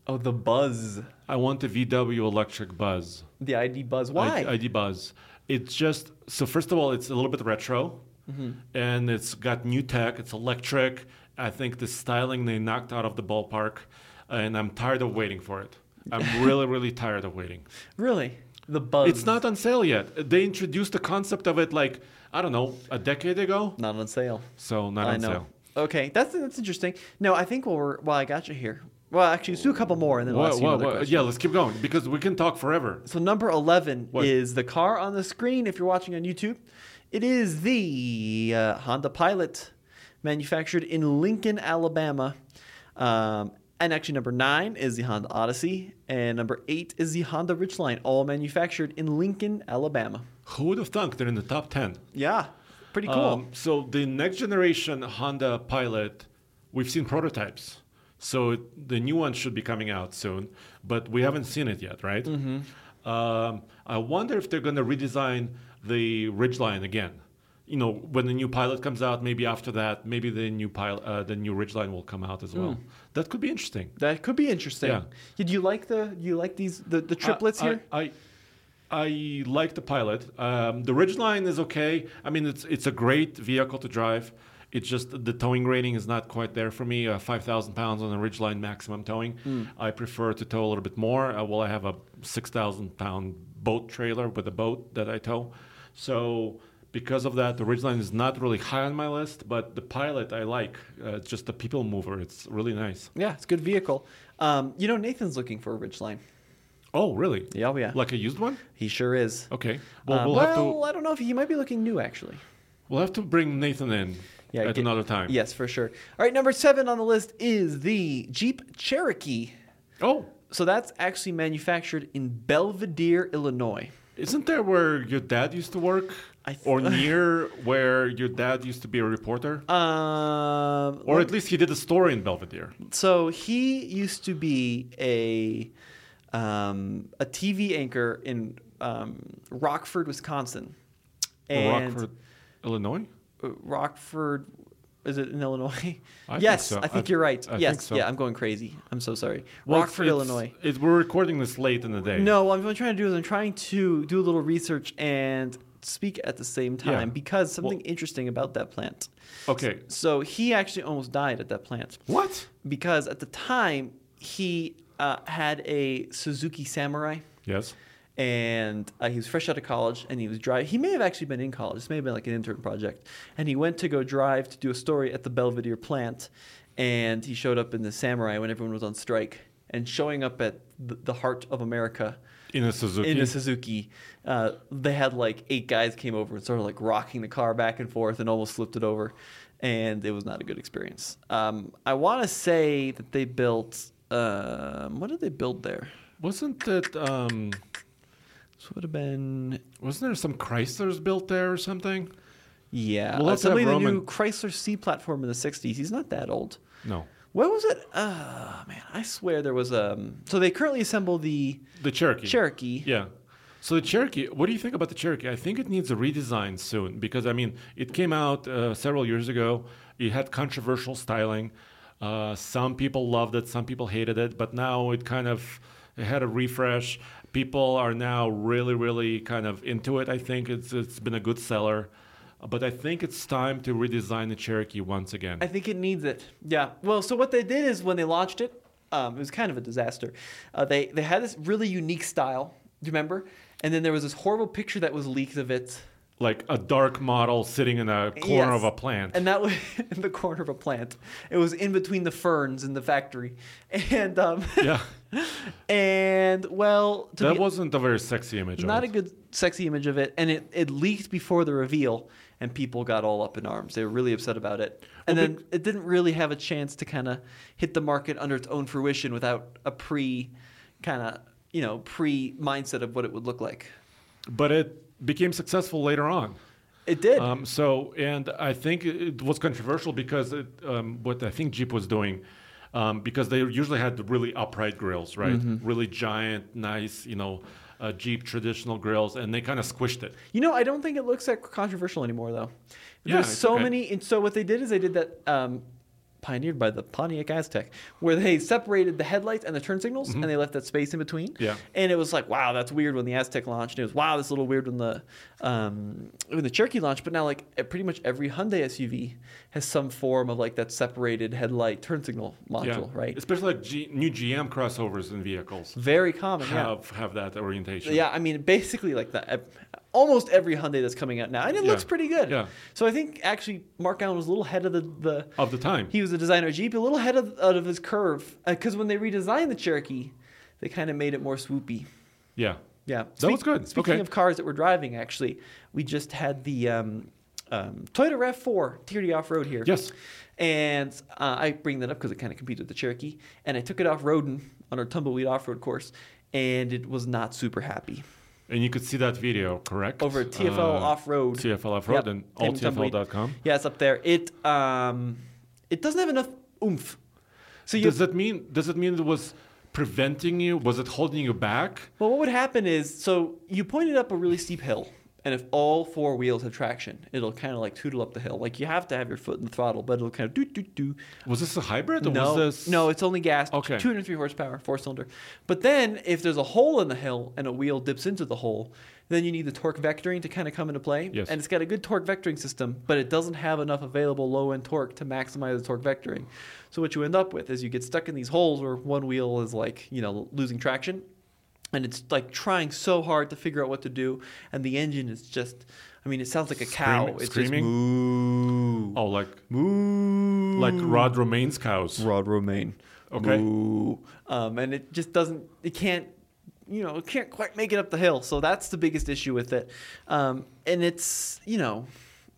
S1: Oh, the Buzz.
S2: I want the VW electric Buzz.
S1: The ID Buzz. Why?
S2: ID, ID Buzz. It's just so. First of all, it's a little bit retro,
S1: Mm-hmm.
S2: and it's got new tech. It's electric. I think the styling they knocked out of the ballpark, and I'm tired of waiting for it.
S1: [laughs]
S2: I'm really, really tired of waiting.
S1: Really? The Buzz.
S2: It's not on sale yet. They introduced the concept of it like I don't know a decade ago,
S1: Not on sale.
S2: so not
S1: I
S2: on
S1: know.
S2: sale.
S1: Okay, that's that's interesting. No, I think while we're while I got you here, Well, actually, let's do a couple more and then I'll
S2: Wha-
S1: ask you
S2: wha-
S1: another
S2: wha-
S1: question.
S2: yeah, let's keep going because we can talk forever.
S1: So number eleven
S2: What?
S1: is the car on the screen. If you're watching on YouTube, it is the uh, Honda Pilot, manufactured in Lincoln, Alabama. Um, and actually, number nine is the Honda Odyssey, and number eight is the Honda Ridgeline, all manufactured in Lincoln, Alabama.
S2: Who would have thunk they're in the top 10?
S1: Yeah, pretty cool.
S2: Um, so the next generation Honda Pilot, we've seen prototypes. So it, the new one should be coming out soon, but we haven't seen it yet, right?
S1: Mm-hmm.
S2: Um, I wonder if they're going to redesign the Ridgeline again. You know, when the new Pilot comes out, maybe after that, maybe the new Pilot, uh, the new Ridgeline will come out as
S1: Hmm.
S2: well. That could be interesting.
S1: that could be interesting.
S2: Yeah. Uh,
S1: Did you like the? Do you like these the, the triplets
S2: I,
S1: here?
S2: I, I I like the pilot. Um, the Ridgeline is okay. I mean, it's it's a great vehicle to drive. It's just the towing rating is not quite there for me. Uh, Five thousand pounds on the Ridgeline maximum towing.
S1: Hmm.
S2: I prefer to tow a little bit more. Uh, well, I have a six thousand pound boat trailer with a boat that I tow, so. Because of that, the Ridgeline is not really high on my list, but the Pilot I like. Uh, it's just a people mover. It's really nice.
S1: yeah, it's a good vehicle. Um, you know, Nathan's looking for a Ridgeline.
S2: Oh, really?
S1: Yeah, oh, yeah.
S2: Like a used one?
S1: He sure is. Um,
S2: Okay.
S1: Well,
S2: Well, we'll have to.
S1: I don't know if he might be looking new actually.
S2: We'll have to bring Nathan in at
S1: get-
S2: another time.
S1: Yes, for sure. All right, number seven on the list is the Jeep Cherokee.
S2: Oh,
S1: So that's actually manufactured in Belvedere, Illinois.
S2: isn't there where your dad used to work?
S1: I th- [laughs]
S2: or near where your dad used to be a reporter?
S1: Uh, Um,
S2: or at least he did a story in Belvedere.
S1: so he used to be a um, a TV anchor in um, Rockford, Wisconsin, and
S2: Rockford, Illinois?
S1: uh, Rockford. Is it in Illinois? [laughs]
S2: I think
S1: yes,
S2: so.
S1: I
S2: I
S1: think
S2: th-
S1: you're right.
S2: I think
S1: yes,
S2: so.
S1: yeah, I'm going crazy. I'm so sorry.
S2: Well, it's-
S1: Rockford,
S2: it's-
S1: Illinois.
S2: It, we're recording this late in the day.
S1: No, what I'm trying to do is I'm trying to do a little research and speak at the same
S2: Yeah.
S1: time because something
S2: Well-
S1: interesting about that plant.
S2: Okay.
S1: So he actually almost died at that plant
S2: What?
S1: because at the time he uh, had a Suzuki Samurai
S2: Yes.
S1: and uh, he was fresh out of college and he was driving. He may have actually been in college. This may have been like an intern project. And he went to go drive to do a story at the Belvedere plant. And he showed up in the Samurai when everyone was on strike. And showing up at the, the heart of America
S2: In a Suzuki.
S1: in a Suzuki, uh, they had like eight guys came over and started like rocking the car back and forth and almost flipped it over, and it was not a good experience. Um, I want to say that they built um, what did they build there?
S2: wasn't it? Um,
S1: This would have been
S2: wasn't there some Chryslers built there or something?
S1: yeah,
S2: Well,
S1: uh,
S2: let's have
S1: somebody that
S2: Roman-
S1: knew Chrysler C platform in the '60s. He's not that old.
S2: No.
S1: What was it? Oh man, I swear there was um. So they currently assemble the
S2: The Cherokee.
S1: Cherokee.
S2: Yeah. So the Cherokee, what do you think about the Cherokee? I think it needs a redesign soon because I mean, it came out uh, several years ago. It had controversial styling. Uh, some people loved it, some people hated it, but now it kind of it had a refresh. People are now really, really kind of into it. I think it's it's been a good seller, but I think it's time to redesign the Cherokee once again.
S1: I think it needs it. Yeah. Well, so what they did is when they launched it, um, it was kind of a disaster. Uh, they they had this really unique style. Do you remember? And then there was this horrible picture that was leaked of it.
S2: like a dark model sitting in a corner
S1: Yes.
S2: of a plant.
S1: And that was [laughs] in the corner of a plant. It was in between the ferns in the factory. [laughs] And um,
S2: yeah,
S1: [laughs] and well, to
S2: that
S1: be
S2: wasn't a very sexy image. of
S1: not
S2: it.
S1: a good sexy image of it and it, it leaked before the reveal and people got all up in arms they were really upset about it and
S2: Well,
S1: then it didn't really have a chance to kind of hit the market under its own fruition without a pre kind of you know pre mindset of what it would look like
S2: but it became successful later on.
S1: it did
S2: Um, so, and I think it was controversial because it, um, what I think Jeep was doing, um, because they usually had really upright grills, right?
S1: Mm-hmm.
S2: Really giant, nice, you know, uh, Jeep traditional grills, and they kind of squished it.
S1: you know i don't think it looks that controversial anymore though
S2: Yeah,
S1: there's
S2: it's
S1: so
S2: okay.
S1: many and so what they did is they did that um, pioneered by the pontiac aztec where they separated the headlights and the turn signals and they left that space in between
S2: Mm-hmm. Yeah.
S1: and it was like, wow, that's weird when the Aztec launched. And it was wow, that's a little weird when the um, when the Cherokee launched. But now, like eh, pretty much every Hyundai SUV has some form of like that separated headlight turn signal module, right?
S2: Especially like G- new GM crossovers and vehicles
S1: Very common. Mm-hmm. Yeah.
S2: have have that orientation.
S1: yeah, I mean, basically like the eh, almost every Hyundai that's coming out now, and it
S2: Yeah.
S1: looks pretty good.
S2: Yeah.
S1: So I think actually Mark Allen was a little ahead of the, the
S2: Of the time.
S1: He was a designer of Jeep, a little ahead of, out of his curve because when they redesigned the Cherokee, they kind of made it more swoopy.
S2: Yeah.
S1: Yeah,
S2: That was good.
S1: Speaking
S2: Okay.
S1: of cars that we're driving, actually, we just had the um, um, Toyota Rav4 TRD off road here.
S2: Yes.
S1: and uh, I bring that up because it kind of competed with the Cherokee, and I took it off roading on our tumbleweed off road course, and it was not super happy.
S2: And you could see that video, correct?
S1: Over at TFL
S2: Uh,
S1: Off Road.
S2: TFL Off Road and alltfl.com.
S1: Yeah, it's up there. It um, it doesn't have enough oomph. So you
S2: Does that mean does it mean it was preventing you? Was it holding you back?
S1: Well, what would happen is so you pointed up a really steep hill, and if all four wheels have traction, it'll kind of like tootle up the hill. Like you have to have your foot in the throttle, but it'll kind of do do do.
S2: Was this a hybrid or
S1: No,
S2: was this
S1: no, it's only gas.
S2: Okay.
S1: 203 horsepower, four cylinder. But then if there's a hole in the hill and a wheel dips into the hole, then you need the torque vectoring to kind of come into play.
S2: Yes.
S1: And it's got a good torque vectoring system, but it doesn't have enough available low end torque to maximize the torque vectoring. So what you end up with is you get stuck in these holes where one wheel is like, you know, losing traction. And it's like trying so hard to figure out what to do. And the engine is just, I mean, it sounds like a cow.
S2: Screaming-
S1: It's
S2: screaming?
S1: just moo.
S2: Oh like
S1: Moo.
S2: like Rod Romaine's cows.
S1: Rod Romaine.
S2: Okay.
S1: Moo. Um, and it just doesn't, it can't, you know, it can't quite make it up the hill. So that's the biggest issue with it. Um, and it's, you know,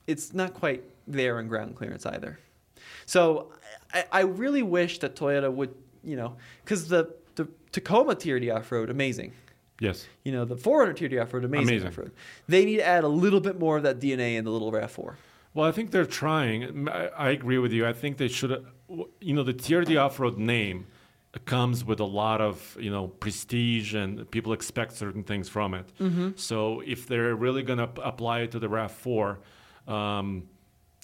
S1: it's not quite there in ground clearance either. So I, I really wish that Toyota would, you know, because the, the Tacoma TRD off road, amazing.
S2: Yes.
S1: You know, the 400 TRD off road, amazing,
S2: Amazing.
S1: off road. They need to add a little bit more of that DNA in the little RAV4.
S2: Well, I think they're trying. M- I, I agree with you. I think they should. w- You know, the TRD off-road name comes with a lot of you know prestige, and people expect certain things from it.
S1: Mm-hmm.
S2: So if they're really going to apply it to the Rav Four, um,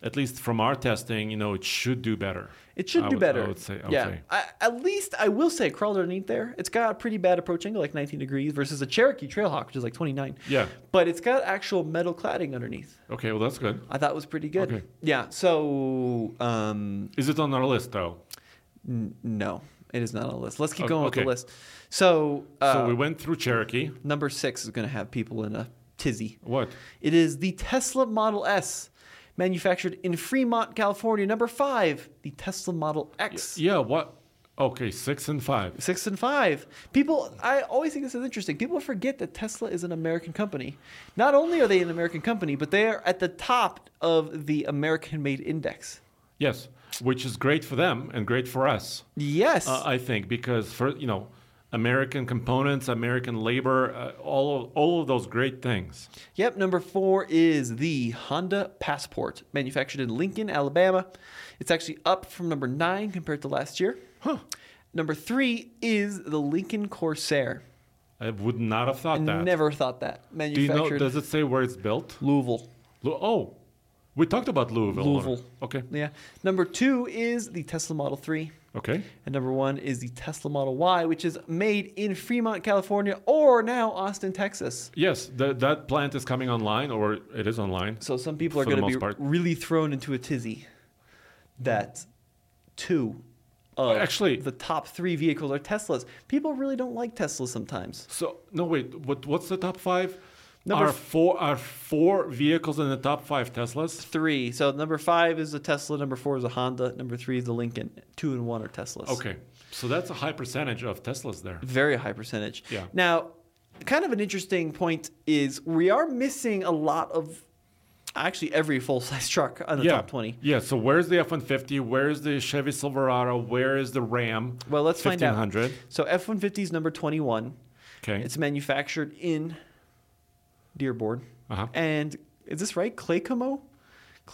S2: at least from our testing, you know, it should do better.
S1: It should
S2: I
S1: do
S2: would-
S1: better.
S2: I would say. I would
S1: yeah.
S2: say.
S1: I, at least I will say crawled underneath there. It's got a pretty bad approach angle, like 19 degrees, versus a Cherokee Trailhawk, which is like 29.
S2: Yeah.
S1: But it's got actual metal cladding underneath.
S2: Okay. Well, that's good.
S1: I thought it was pretty good.
S2: Okay.
S1: Yeah. So um,
S2: Is it on our list though?
S1: n- no, it is not on the list. Let's keep
S2: Oh,
S1: going with
S2: okay.
S1: the list. So, uh,
S2: so we went through Cherokee.
S1: number six is going to have people in a tizzy.
S2: What?
S1: It is the Tesla Model S, manufactured in Fremont, California. Number five, the Tesla Model X.
S2: Yeah. What? Okay. Six and five.
S1: Six and five. People, I always think this is interesting. People forget that Tesla is an American company. Not only are they an American company, but they are at the top of the American made index.
S2: Yes. Which is great for them and great for us.
S1: Yes.
S2: Uh, I think because for you know, American components, American labor, uh, all of, all of those great things.
S1: yep. Number four is the Honda Passport, manufactured in Lincoln, Alabama. It's actually up from number nine compared to last year. Huh. Number three is the Lincoln Corsair.
S2: I would not have thought that.
S1: Never thought that.
S2: Do you know?
S1: Manufactured
S2: Does it say where it's built?
S1: Louisville.
S2: Lu- oh, we talked about Louisville. or-
S1: Louisville.
S2: Okay.
S1: Yeah. Number two is the Tesla Model 3.
S2: Okay.
S1: And number one is the Tesla Model Y, which is made in Fremont, California, or now Austin, Texas.
S2: Yes, th- that plant is coming online, or it is online.
S1: So some people are
S2: For the
S1: going to be
S2: most part.
S1: really thrown into a tizzy that two of
S2: Actually-
S1: the top three vehicles are Teslas. People really don't like Teslas sometimes.
S2: So no, wait. What? What's the top five?
S1: Number
S2: are
S1: f-
S2: four are four vehicles in the top five Teslas?
S1: Three. So number five is a Tesla. Number four is a Honda. Number three is a Lincoln. Two and one are Teslas.
S2: Okay, so that's a high percentage of Teslas there.
S1: Very high percentage.
S2: Yeah.
S1: Now, kind of an interesting point is we are missing a lot of actually every full size [laughs] truck on the top 20.
S2: Yeah. So where's the F one fifty? Where's the Chevy Silverado? Where is the Ram?
S1: Well, let's find out.
S2: 1500?
S1: So F 150 is number 21.
S2: Okay.
S1: It's manufactured in Dearborn.
S2: Uh-huh.
S1: And is this right? Claycomo?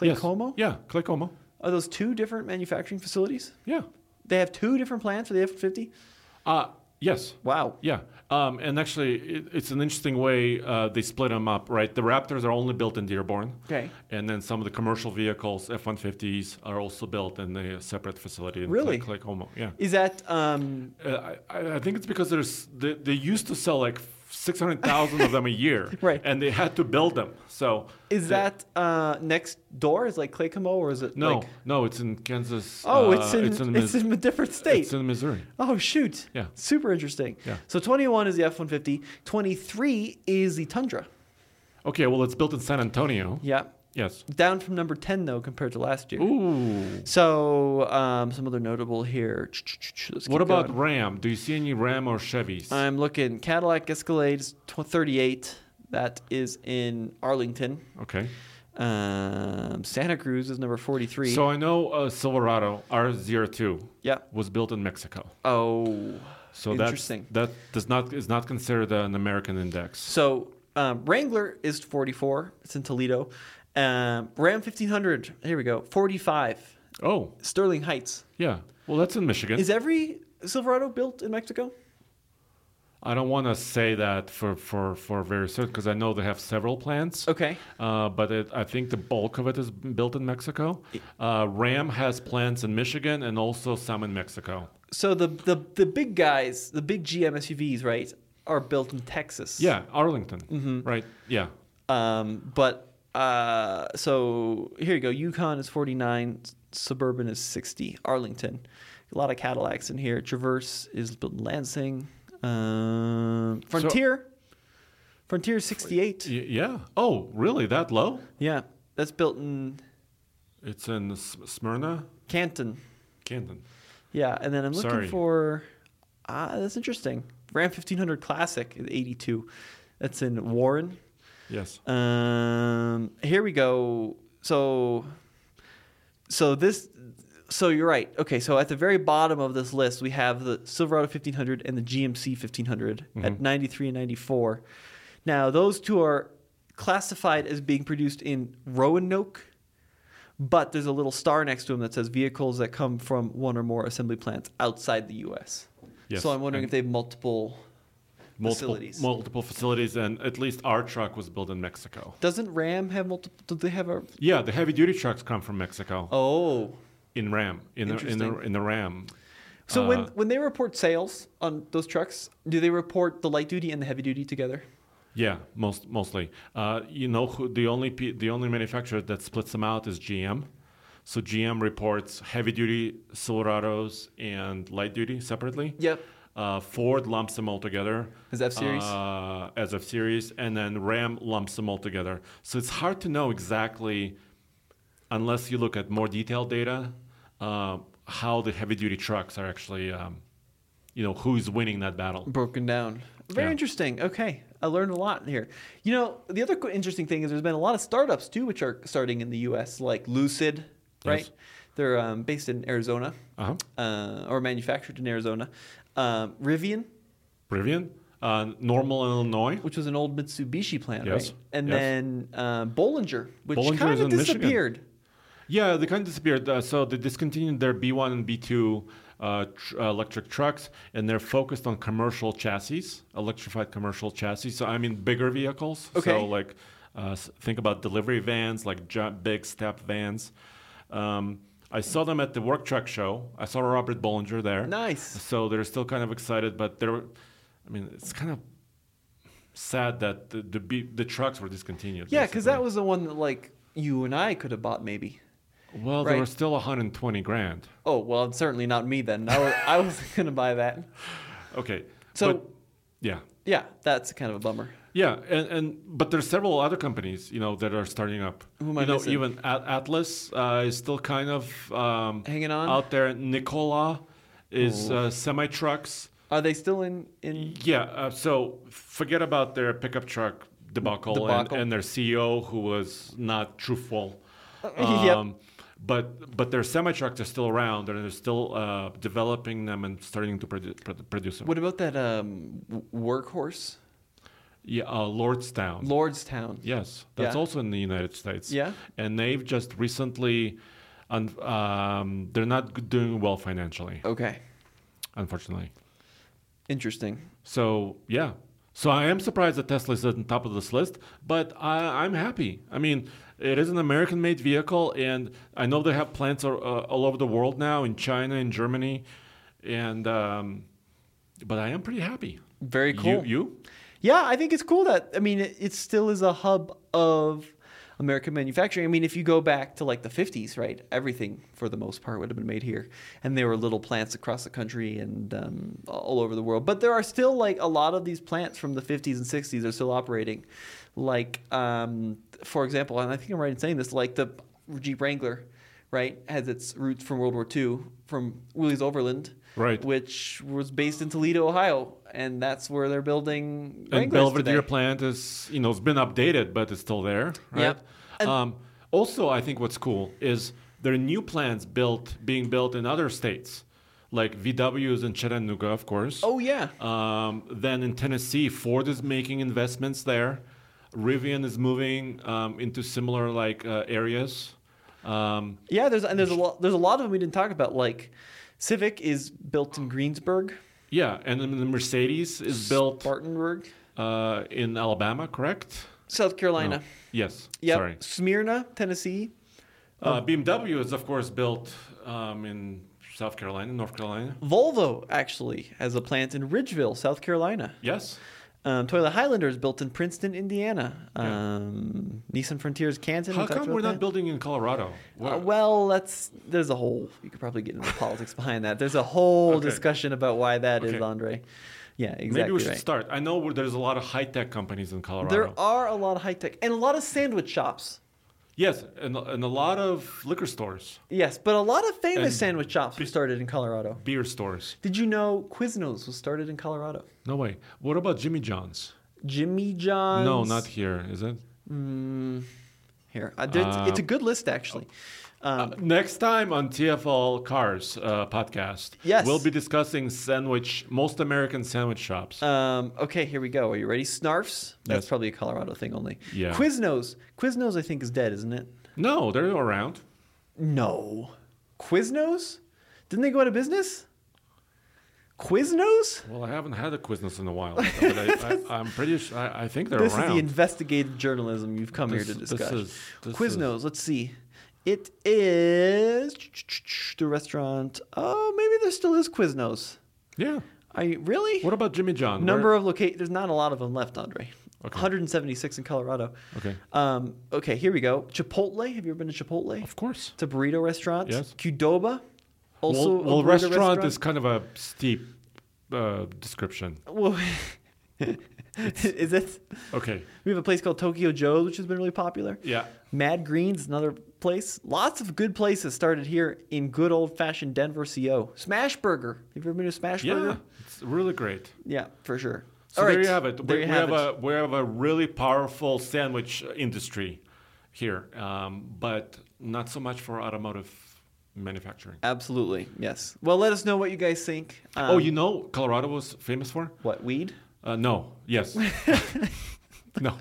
S2: Yes.
S1: Claycomo?
S2: Yeah, Claycomo.
S1: Are those two different manufacturing facilities?
S2: Yeah.
S1: They have two different plants for the F 150?
S2: Uh, yes.
S1: Wow.
S2: Yeah. Um, and actually, it, it's an interesting way uh, they split them up, right? The Raptors are only built in Dearborn.
S1: Okay.
S2: And then some of the commercial vehicles, F 150s, are also built in a separate facility in Clay-
S1: Really?
S2: Claycomo. Yeah.
S1: Is that um,
S2: Uh, I, I- I think it's because there's they, they used to sell like 600,000 of them a year.
S1: [laughs] Right.
S2: And they had to build them. So
S1: is
S2: they-
S1: that uh, next door? Is like Claycomo or is it
S2: No,
S1: like
S2: no, it's in Kansas.
S1: Oh,
S2: uh,
S1: it's in it's in,
S2: Mis-
S1: a different state.
S2: It's in Missouri.
S1: oh shoot.
S2: Yeah.
S1: Super interesting.
S2: Yeah.
S1: So 21 is the F150, 23 is the Tundra.
S2: Okay, well, it's built in San Antonio.
S1: Yeah.
S2: Yes.
S1: Down from number 10, though, compared to last year.
S2: Ooh.
S1: So, um, some other notable here. Let's
S2: What
S1: keep
S2: about
S1: going. Uh,
S2: Ram? Do you see any Ram or Chevys?
S1: I'm looking Cadillac Escalades tw- 38. That is in Arlington.
S2: okay.
S1: Um, Santa Cruz is number 43.
S2: So I know uh, Silverado R02
S1: yeah.
S2: was built in Mexico.
S1: Oh.
S2: So
S1: Interesting.
S2: That's, that does not is not considered an American index.
S1: So um, Wrangler is 44. It's in Toledo. Um, Ram 1500. Here we go. 45.
S2: Oh,
S1: Sterling Heights.
S2: yeah. Well, that's in Michigan.
S1: Is every Silverado built in Mexico?
S2: I don't want to say that for for for very certain because I know they have several plants.
S1: Okay.
S2: Uh, but it, I think the bulk of it is built in Mexico. Uh, Ram has plants in Michigan and also some in Mexico.
S1: So the, the the big guys, the big GM SUVs, right, are built in Texas.
S2: Yeah, Arlington.
S1: Mm-hmm.
S2: Right. Yeah.
S1: Um, but uh, so here you go. Yukon is 49, Suburban is 60, Arlington. A lot of Cadillacs in here. Traverse is built in Lansing. Um, Frontier. Frontier is 68.
S2: Y- yeah. Oh, really? That low?
S1: Yeah. That's built in
S2: It's in S- Smyrna,
S1: Canton.
S2: Canton.
S1: Yeah. And then I'm looking
S2: Sorry.
S1: for. Ah, that's interesting. Ram 1500 Classic is 82. That's in Warren.
S2: Yes.
S1: Um, here we go. So, so this, so you're right. Okay, so at the very bottom of this list, we have the Silverado 1500 and the GMC 1500
S2: Mm-hmm.
S1: at 93 and 94. Now, those two are classified as being produced in Roanoke, but there's a little star next to them that says vehicles that come from one or more assembly plants outside the U.S.
S2: Yes,
S1: So I'm wondering
S2: and-
S1: if they have multiple,
S2: multiple
S1: facilities.
S2: multiple facilities, and at least our truck was built in Mexico.
S1: Doesn't Ram have multiple? Do they have a?
S2: Yeah, the heavy duty trucks come from Mexico
S1: Oh.
S2: in Ram in the, in the
S1: Interesting.
S2: in the Ram.
S1: So when
S2: Uh,
S1: when they report sales on those trucks, do they report the light duty and the heavy duty together?
S2: Yeah, most mostly. Uh, you know, who, the only pe- the only manufacturer that splits them out is GM. So GM reports heavy duty Silverados and light duty separately.
S1: Yep.
S2: Uh, Ford lumps them all together
S1: As F-Series?
S2: Uh, as F series, and then Ram lumps them all together. So it's hard to know exactly, unless you look at more detailed data, uh, how the heavy duty trucks are actually, um, you know, who's winning that battle.
S1: Broken down. Very
S2: Yeah.
S1: interesting. Okay, I learned a lot here. You know, the other co- interesting thing is there's been a lot of startups too, which are starting in the U.S., like Lucid, right?
S2: Yes.
S1: They're um, based in Arizona,
S2: Uh-huh.
S1: uh, or manufactured in Arizona. Um, Rivian,
S2: Rivian, uh, Normal in Illinois.
S1: which was an old Mitsubishi plant,
S2: Yes,
S1: right? And
S2: yes.
S1: then um, Bollinger, which
S2: Bollinger
S1: kind
S2: is
S1: of
S2: in Michigan.
S1: disappeared.
S2: Yeah, they kind of disappeared. Uh, so they discontinued their B1 and B2 uh, tr- uh, electric trucks, and they're focused on commercial chassis, electrified commercial chassis. So I mean bigger vehicles.
S1: Okay.
S2: So like, uh, s- think about delivery vans, like gi- big step vans. Um, I saw them at the work truck show. I saw Robert Bollinger there.
S1: Nice.
S2: So they're still kind of excited, but they're, I mean, it's kind of sad that the the, B, the trucks were discontinued.
S1: Yeah, because
S2: basically.
S1: that was the one that like you and I could have bought maybe.
S2: well, they
S1: right.
S2: were still 120 grand.
S1: Oh well, certainly not me then. I was, I wasn't [laughs] gonna buy that.
S2: Okay.
S1: So-
S2: but- yeah,
S1: Yeah, that's kind of a bummer.
S2: yeah, and, and but there's several other companies you know that are starting up.
S1: Who am I
S2: you know,
S1: missing?
S2: even At- Atlas uh, is still kind of um,
S1: Hanging on? Oh.
S2: out there. Nikola is uh, semi trucks.
S1: Are they still in in?
S2: Yeah, uh, so forget about their pickup truck debacle,
S1: Debacle.
S2: And, and their CEO who was not truthful.
S1: Uh,
S2: Um,
S1: Yep.
S2: But but their semi trucks are still around, and they're still uh, developing them and starting to produ- produ- produce them.
S1: What about that um w- workhorse,
S2: Yeah, uh, Lordstown.
S1: Lordstown?
S2: Yes, that's
S1: Yeah.
S2: also in the United States.
S1: Yeah.
S2: and they've just recently, un- um, they're not g- doing well financially,
S1: Okay,
S2: unfortunately.
S1: interesting.
S2: So yeah, so I am surprised that Tesla's at the top of this list, but I, I'm happy. I mean, it is an American-made vehicle, and I know they have plants all, uh, all over the world now in China and Germany, and um, but I am pretty happy.
S1: Very
S2: You-
S1: cool.
S2: you?
S1: Yeah, I think it's cool that I mean it, it still is a hub of American manufacturing. I mean, if you go back to like the 50s, right, everything for the most part would have been made here. And there were little plants across the country and um, all over the world. But there are still like a lot of these plants from the 50s and 60s are still operating. Like, um, for example, and I think I'm right in saying this, like the Jeep Wrangler, right, has its roots from World War II from Willie's Overland.
S2: Right.
S1: Which was based in Toledo, Ohio, and that's where they're building.
S2: And
S1: Wranglers
S2: Belvedere
S1: today.
S2: plant is, you know, it's been updated, but it's still there, right?
S1: Yep. And-
S2: um, also, I think what's cool is there are new plants built, being built in other states, like VW is in Chattanooga, of course.
S1: Oh yeah.
S2: Um, then in Tennessee, Ford is making investments there. Rivian is moving um, into similar like uh, areas. Um,
S1: Yeah, there's and there's a lot there's a lot of them we didn't talk about. Like Civic is built in Greensburg,
S2: yeah, and then the Mercedes is built
S1: Spartanburg,
S2: uh, in Alabama, correct?
S1: South Carolina.
S2: Yes.
S1: Yep.
S2: Oh. Sorry.
S1: Smyrna, Tennessee. Oh.
S2: Uh, BMW is of course built um, in South Carolina, North Carolina.
S1: Volvo actually has a plant in Ridgeville, South Carolina.
S2: Yes.
S1: Um, Toyota Highlander is built in Princeton, Indiana.
S2: Yeah.
S1: Um, Nissan Frontier is Canton.
S2: How
S1: We talked
S2: come
S1: about
S2: we're
S1: that.
S2: not building in Colorado? Wha-
S1: Uh, well, that's there's a whole you could probably get into the politics behind that. There's a whole
S2: Okay.
S1: discussion about why that is,
S2: Okay.
S1: Andre. Yeah, exactly.
S2: Maybe we should
S1: right.
S2: start. I know where there's a lot of high tech companies in Colorado.
S1: There are a lot of high tech and a lot of sandwich shops.
S2: Yes, and, and a lot of liquor stores,
S1: Yes, but a lot of famous
S2: And
S1: sandwich shops were started in Colorado.
S2: beer stores.
S1: Did you know Quiznos was started in Colorado?
S2: No way. What about Jimmy John's?
S1: Jimmy John's.
S2: No, not here, is it?
S1: here. Uh, there- it's- it's a good list actually. Um,
S2: Uh, Next time on TFL Cars uh, podcast,
S1: Yes.
S2: we'll be discussing sandwich, most American sandwich shops.
S1: um, okay, here we go. Are you ready? Snarfs. That's
S2: Yes.
S1: probably a Colorado thing only.
S2: Yeah.
S1: Quiznos. Quiznos, I think, is dead, isn't it?
S2: no, they're around.
S1: No. Quiznos? Didn't they go out of business? Quiznos?
S2: Well, I haven't had a Quiznos in a while, but
S1: [laughs]
S2: I, I, I'm pretty sure. I, I think they're
S1: This is
S2: around.
S1: the investigative journalism you've come
S2: This-
S1: here to
S2: this
S1: discuss.
S2: is- this
S1: Quiznos, let's see. It is the restaurant. Oh, maybe there still is Quiznos.
S2: yeah.
S1: I really
S2: What about Jimmy John?
S1: number
S2: Where-
S1: of locate. There's not a lot of them left, Andre.
S2: Okay.
S1: 176 in Colorado.
S2: Okay.
S1: Um, okay, here we go. Chipotle. Have you ever been to Chipotle?
S2: Of course.
S1: It's a burrito restaurant.
S2: Yes.
S1: Qdoba. Also, a
S2: Well, well
S1: burrito
S2: restaurant, is kind of a steep uh, description.
S1: Well, [laughs] is it?
S2: Okay.
S1: We have a place called Tokyo Joe's, which has been really popular.
S2: Yeah.
S1: Mad Greens, another place. Lots of good places started here in good old fashioned Denver, CO. Smash Burger. Have you ever been to Smash
S2: Yeah.
S1: Burger?
S2: It's really great.
S1: Yeah, for sure.
S2: So
S1: All
S2: there
S1: right,
S2: you have it.
S1: There
S2: we,
S1: you
S2: we
S1: have,
S2: have,
S1: it.
S2: a we have a really powerful sandwich industry here, um, but not so much for automotive manufacturing.
S1: Absolutely, yes. Well, let us know what you guys think. Um,
S2: oh, you know, Colorado was famous for
S1: what weed?
S2: uh, no, yes,
S1: [laughs]
S2: [laughs] no,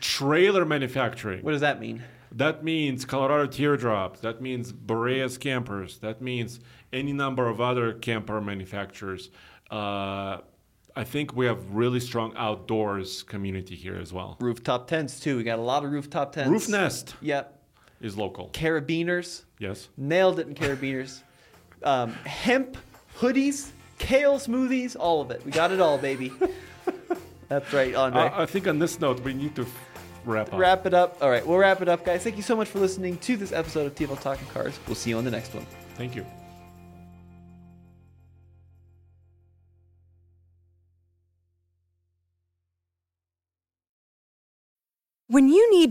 S2: trailer manufacturing.
S1: What does that mean?
S2: That means Colorado teardrops. That means Boreas campers. That means any number of other camper manufacturers. Uh, I think we have really strong outdoors community here as well.
S1: Rooftop tents too. We got a lot of rooftop tents.
S2: Roof Nest
S1: Yep.
S2: is local.
S1: Carabiners.
S2: Yes.
S1: Nailed it in carabiners. um, hemp hoodies, kale smoothies, all of it. We got it all, baby. That's right, Andre.
S2: I, I think on this note, we need to f- wrap up.
S1: wrap it up. All right, we'll wrap it up, guys. Thank you so much for listening to this episode of TFL Talking Cars. We'll see you on the next one.
S2: Thank you.
S3: When you need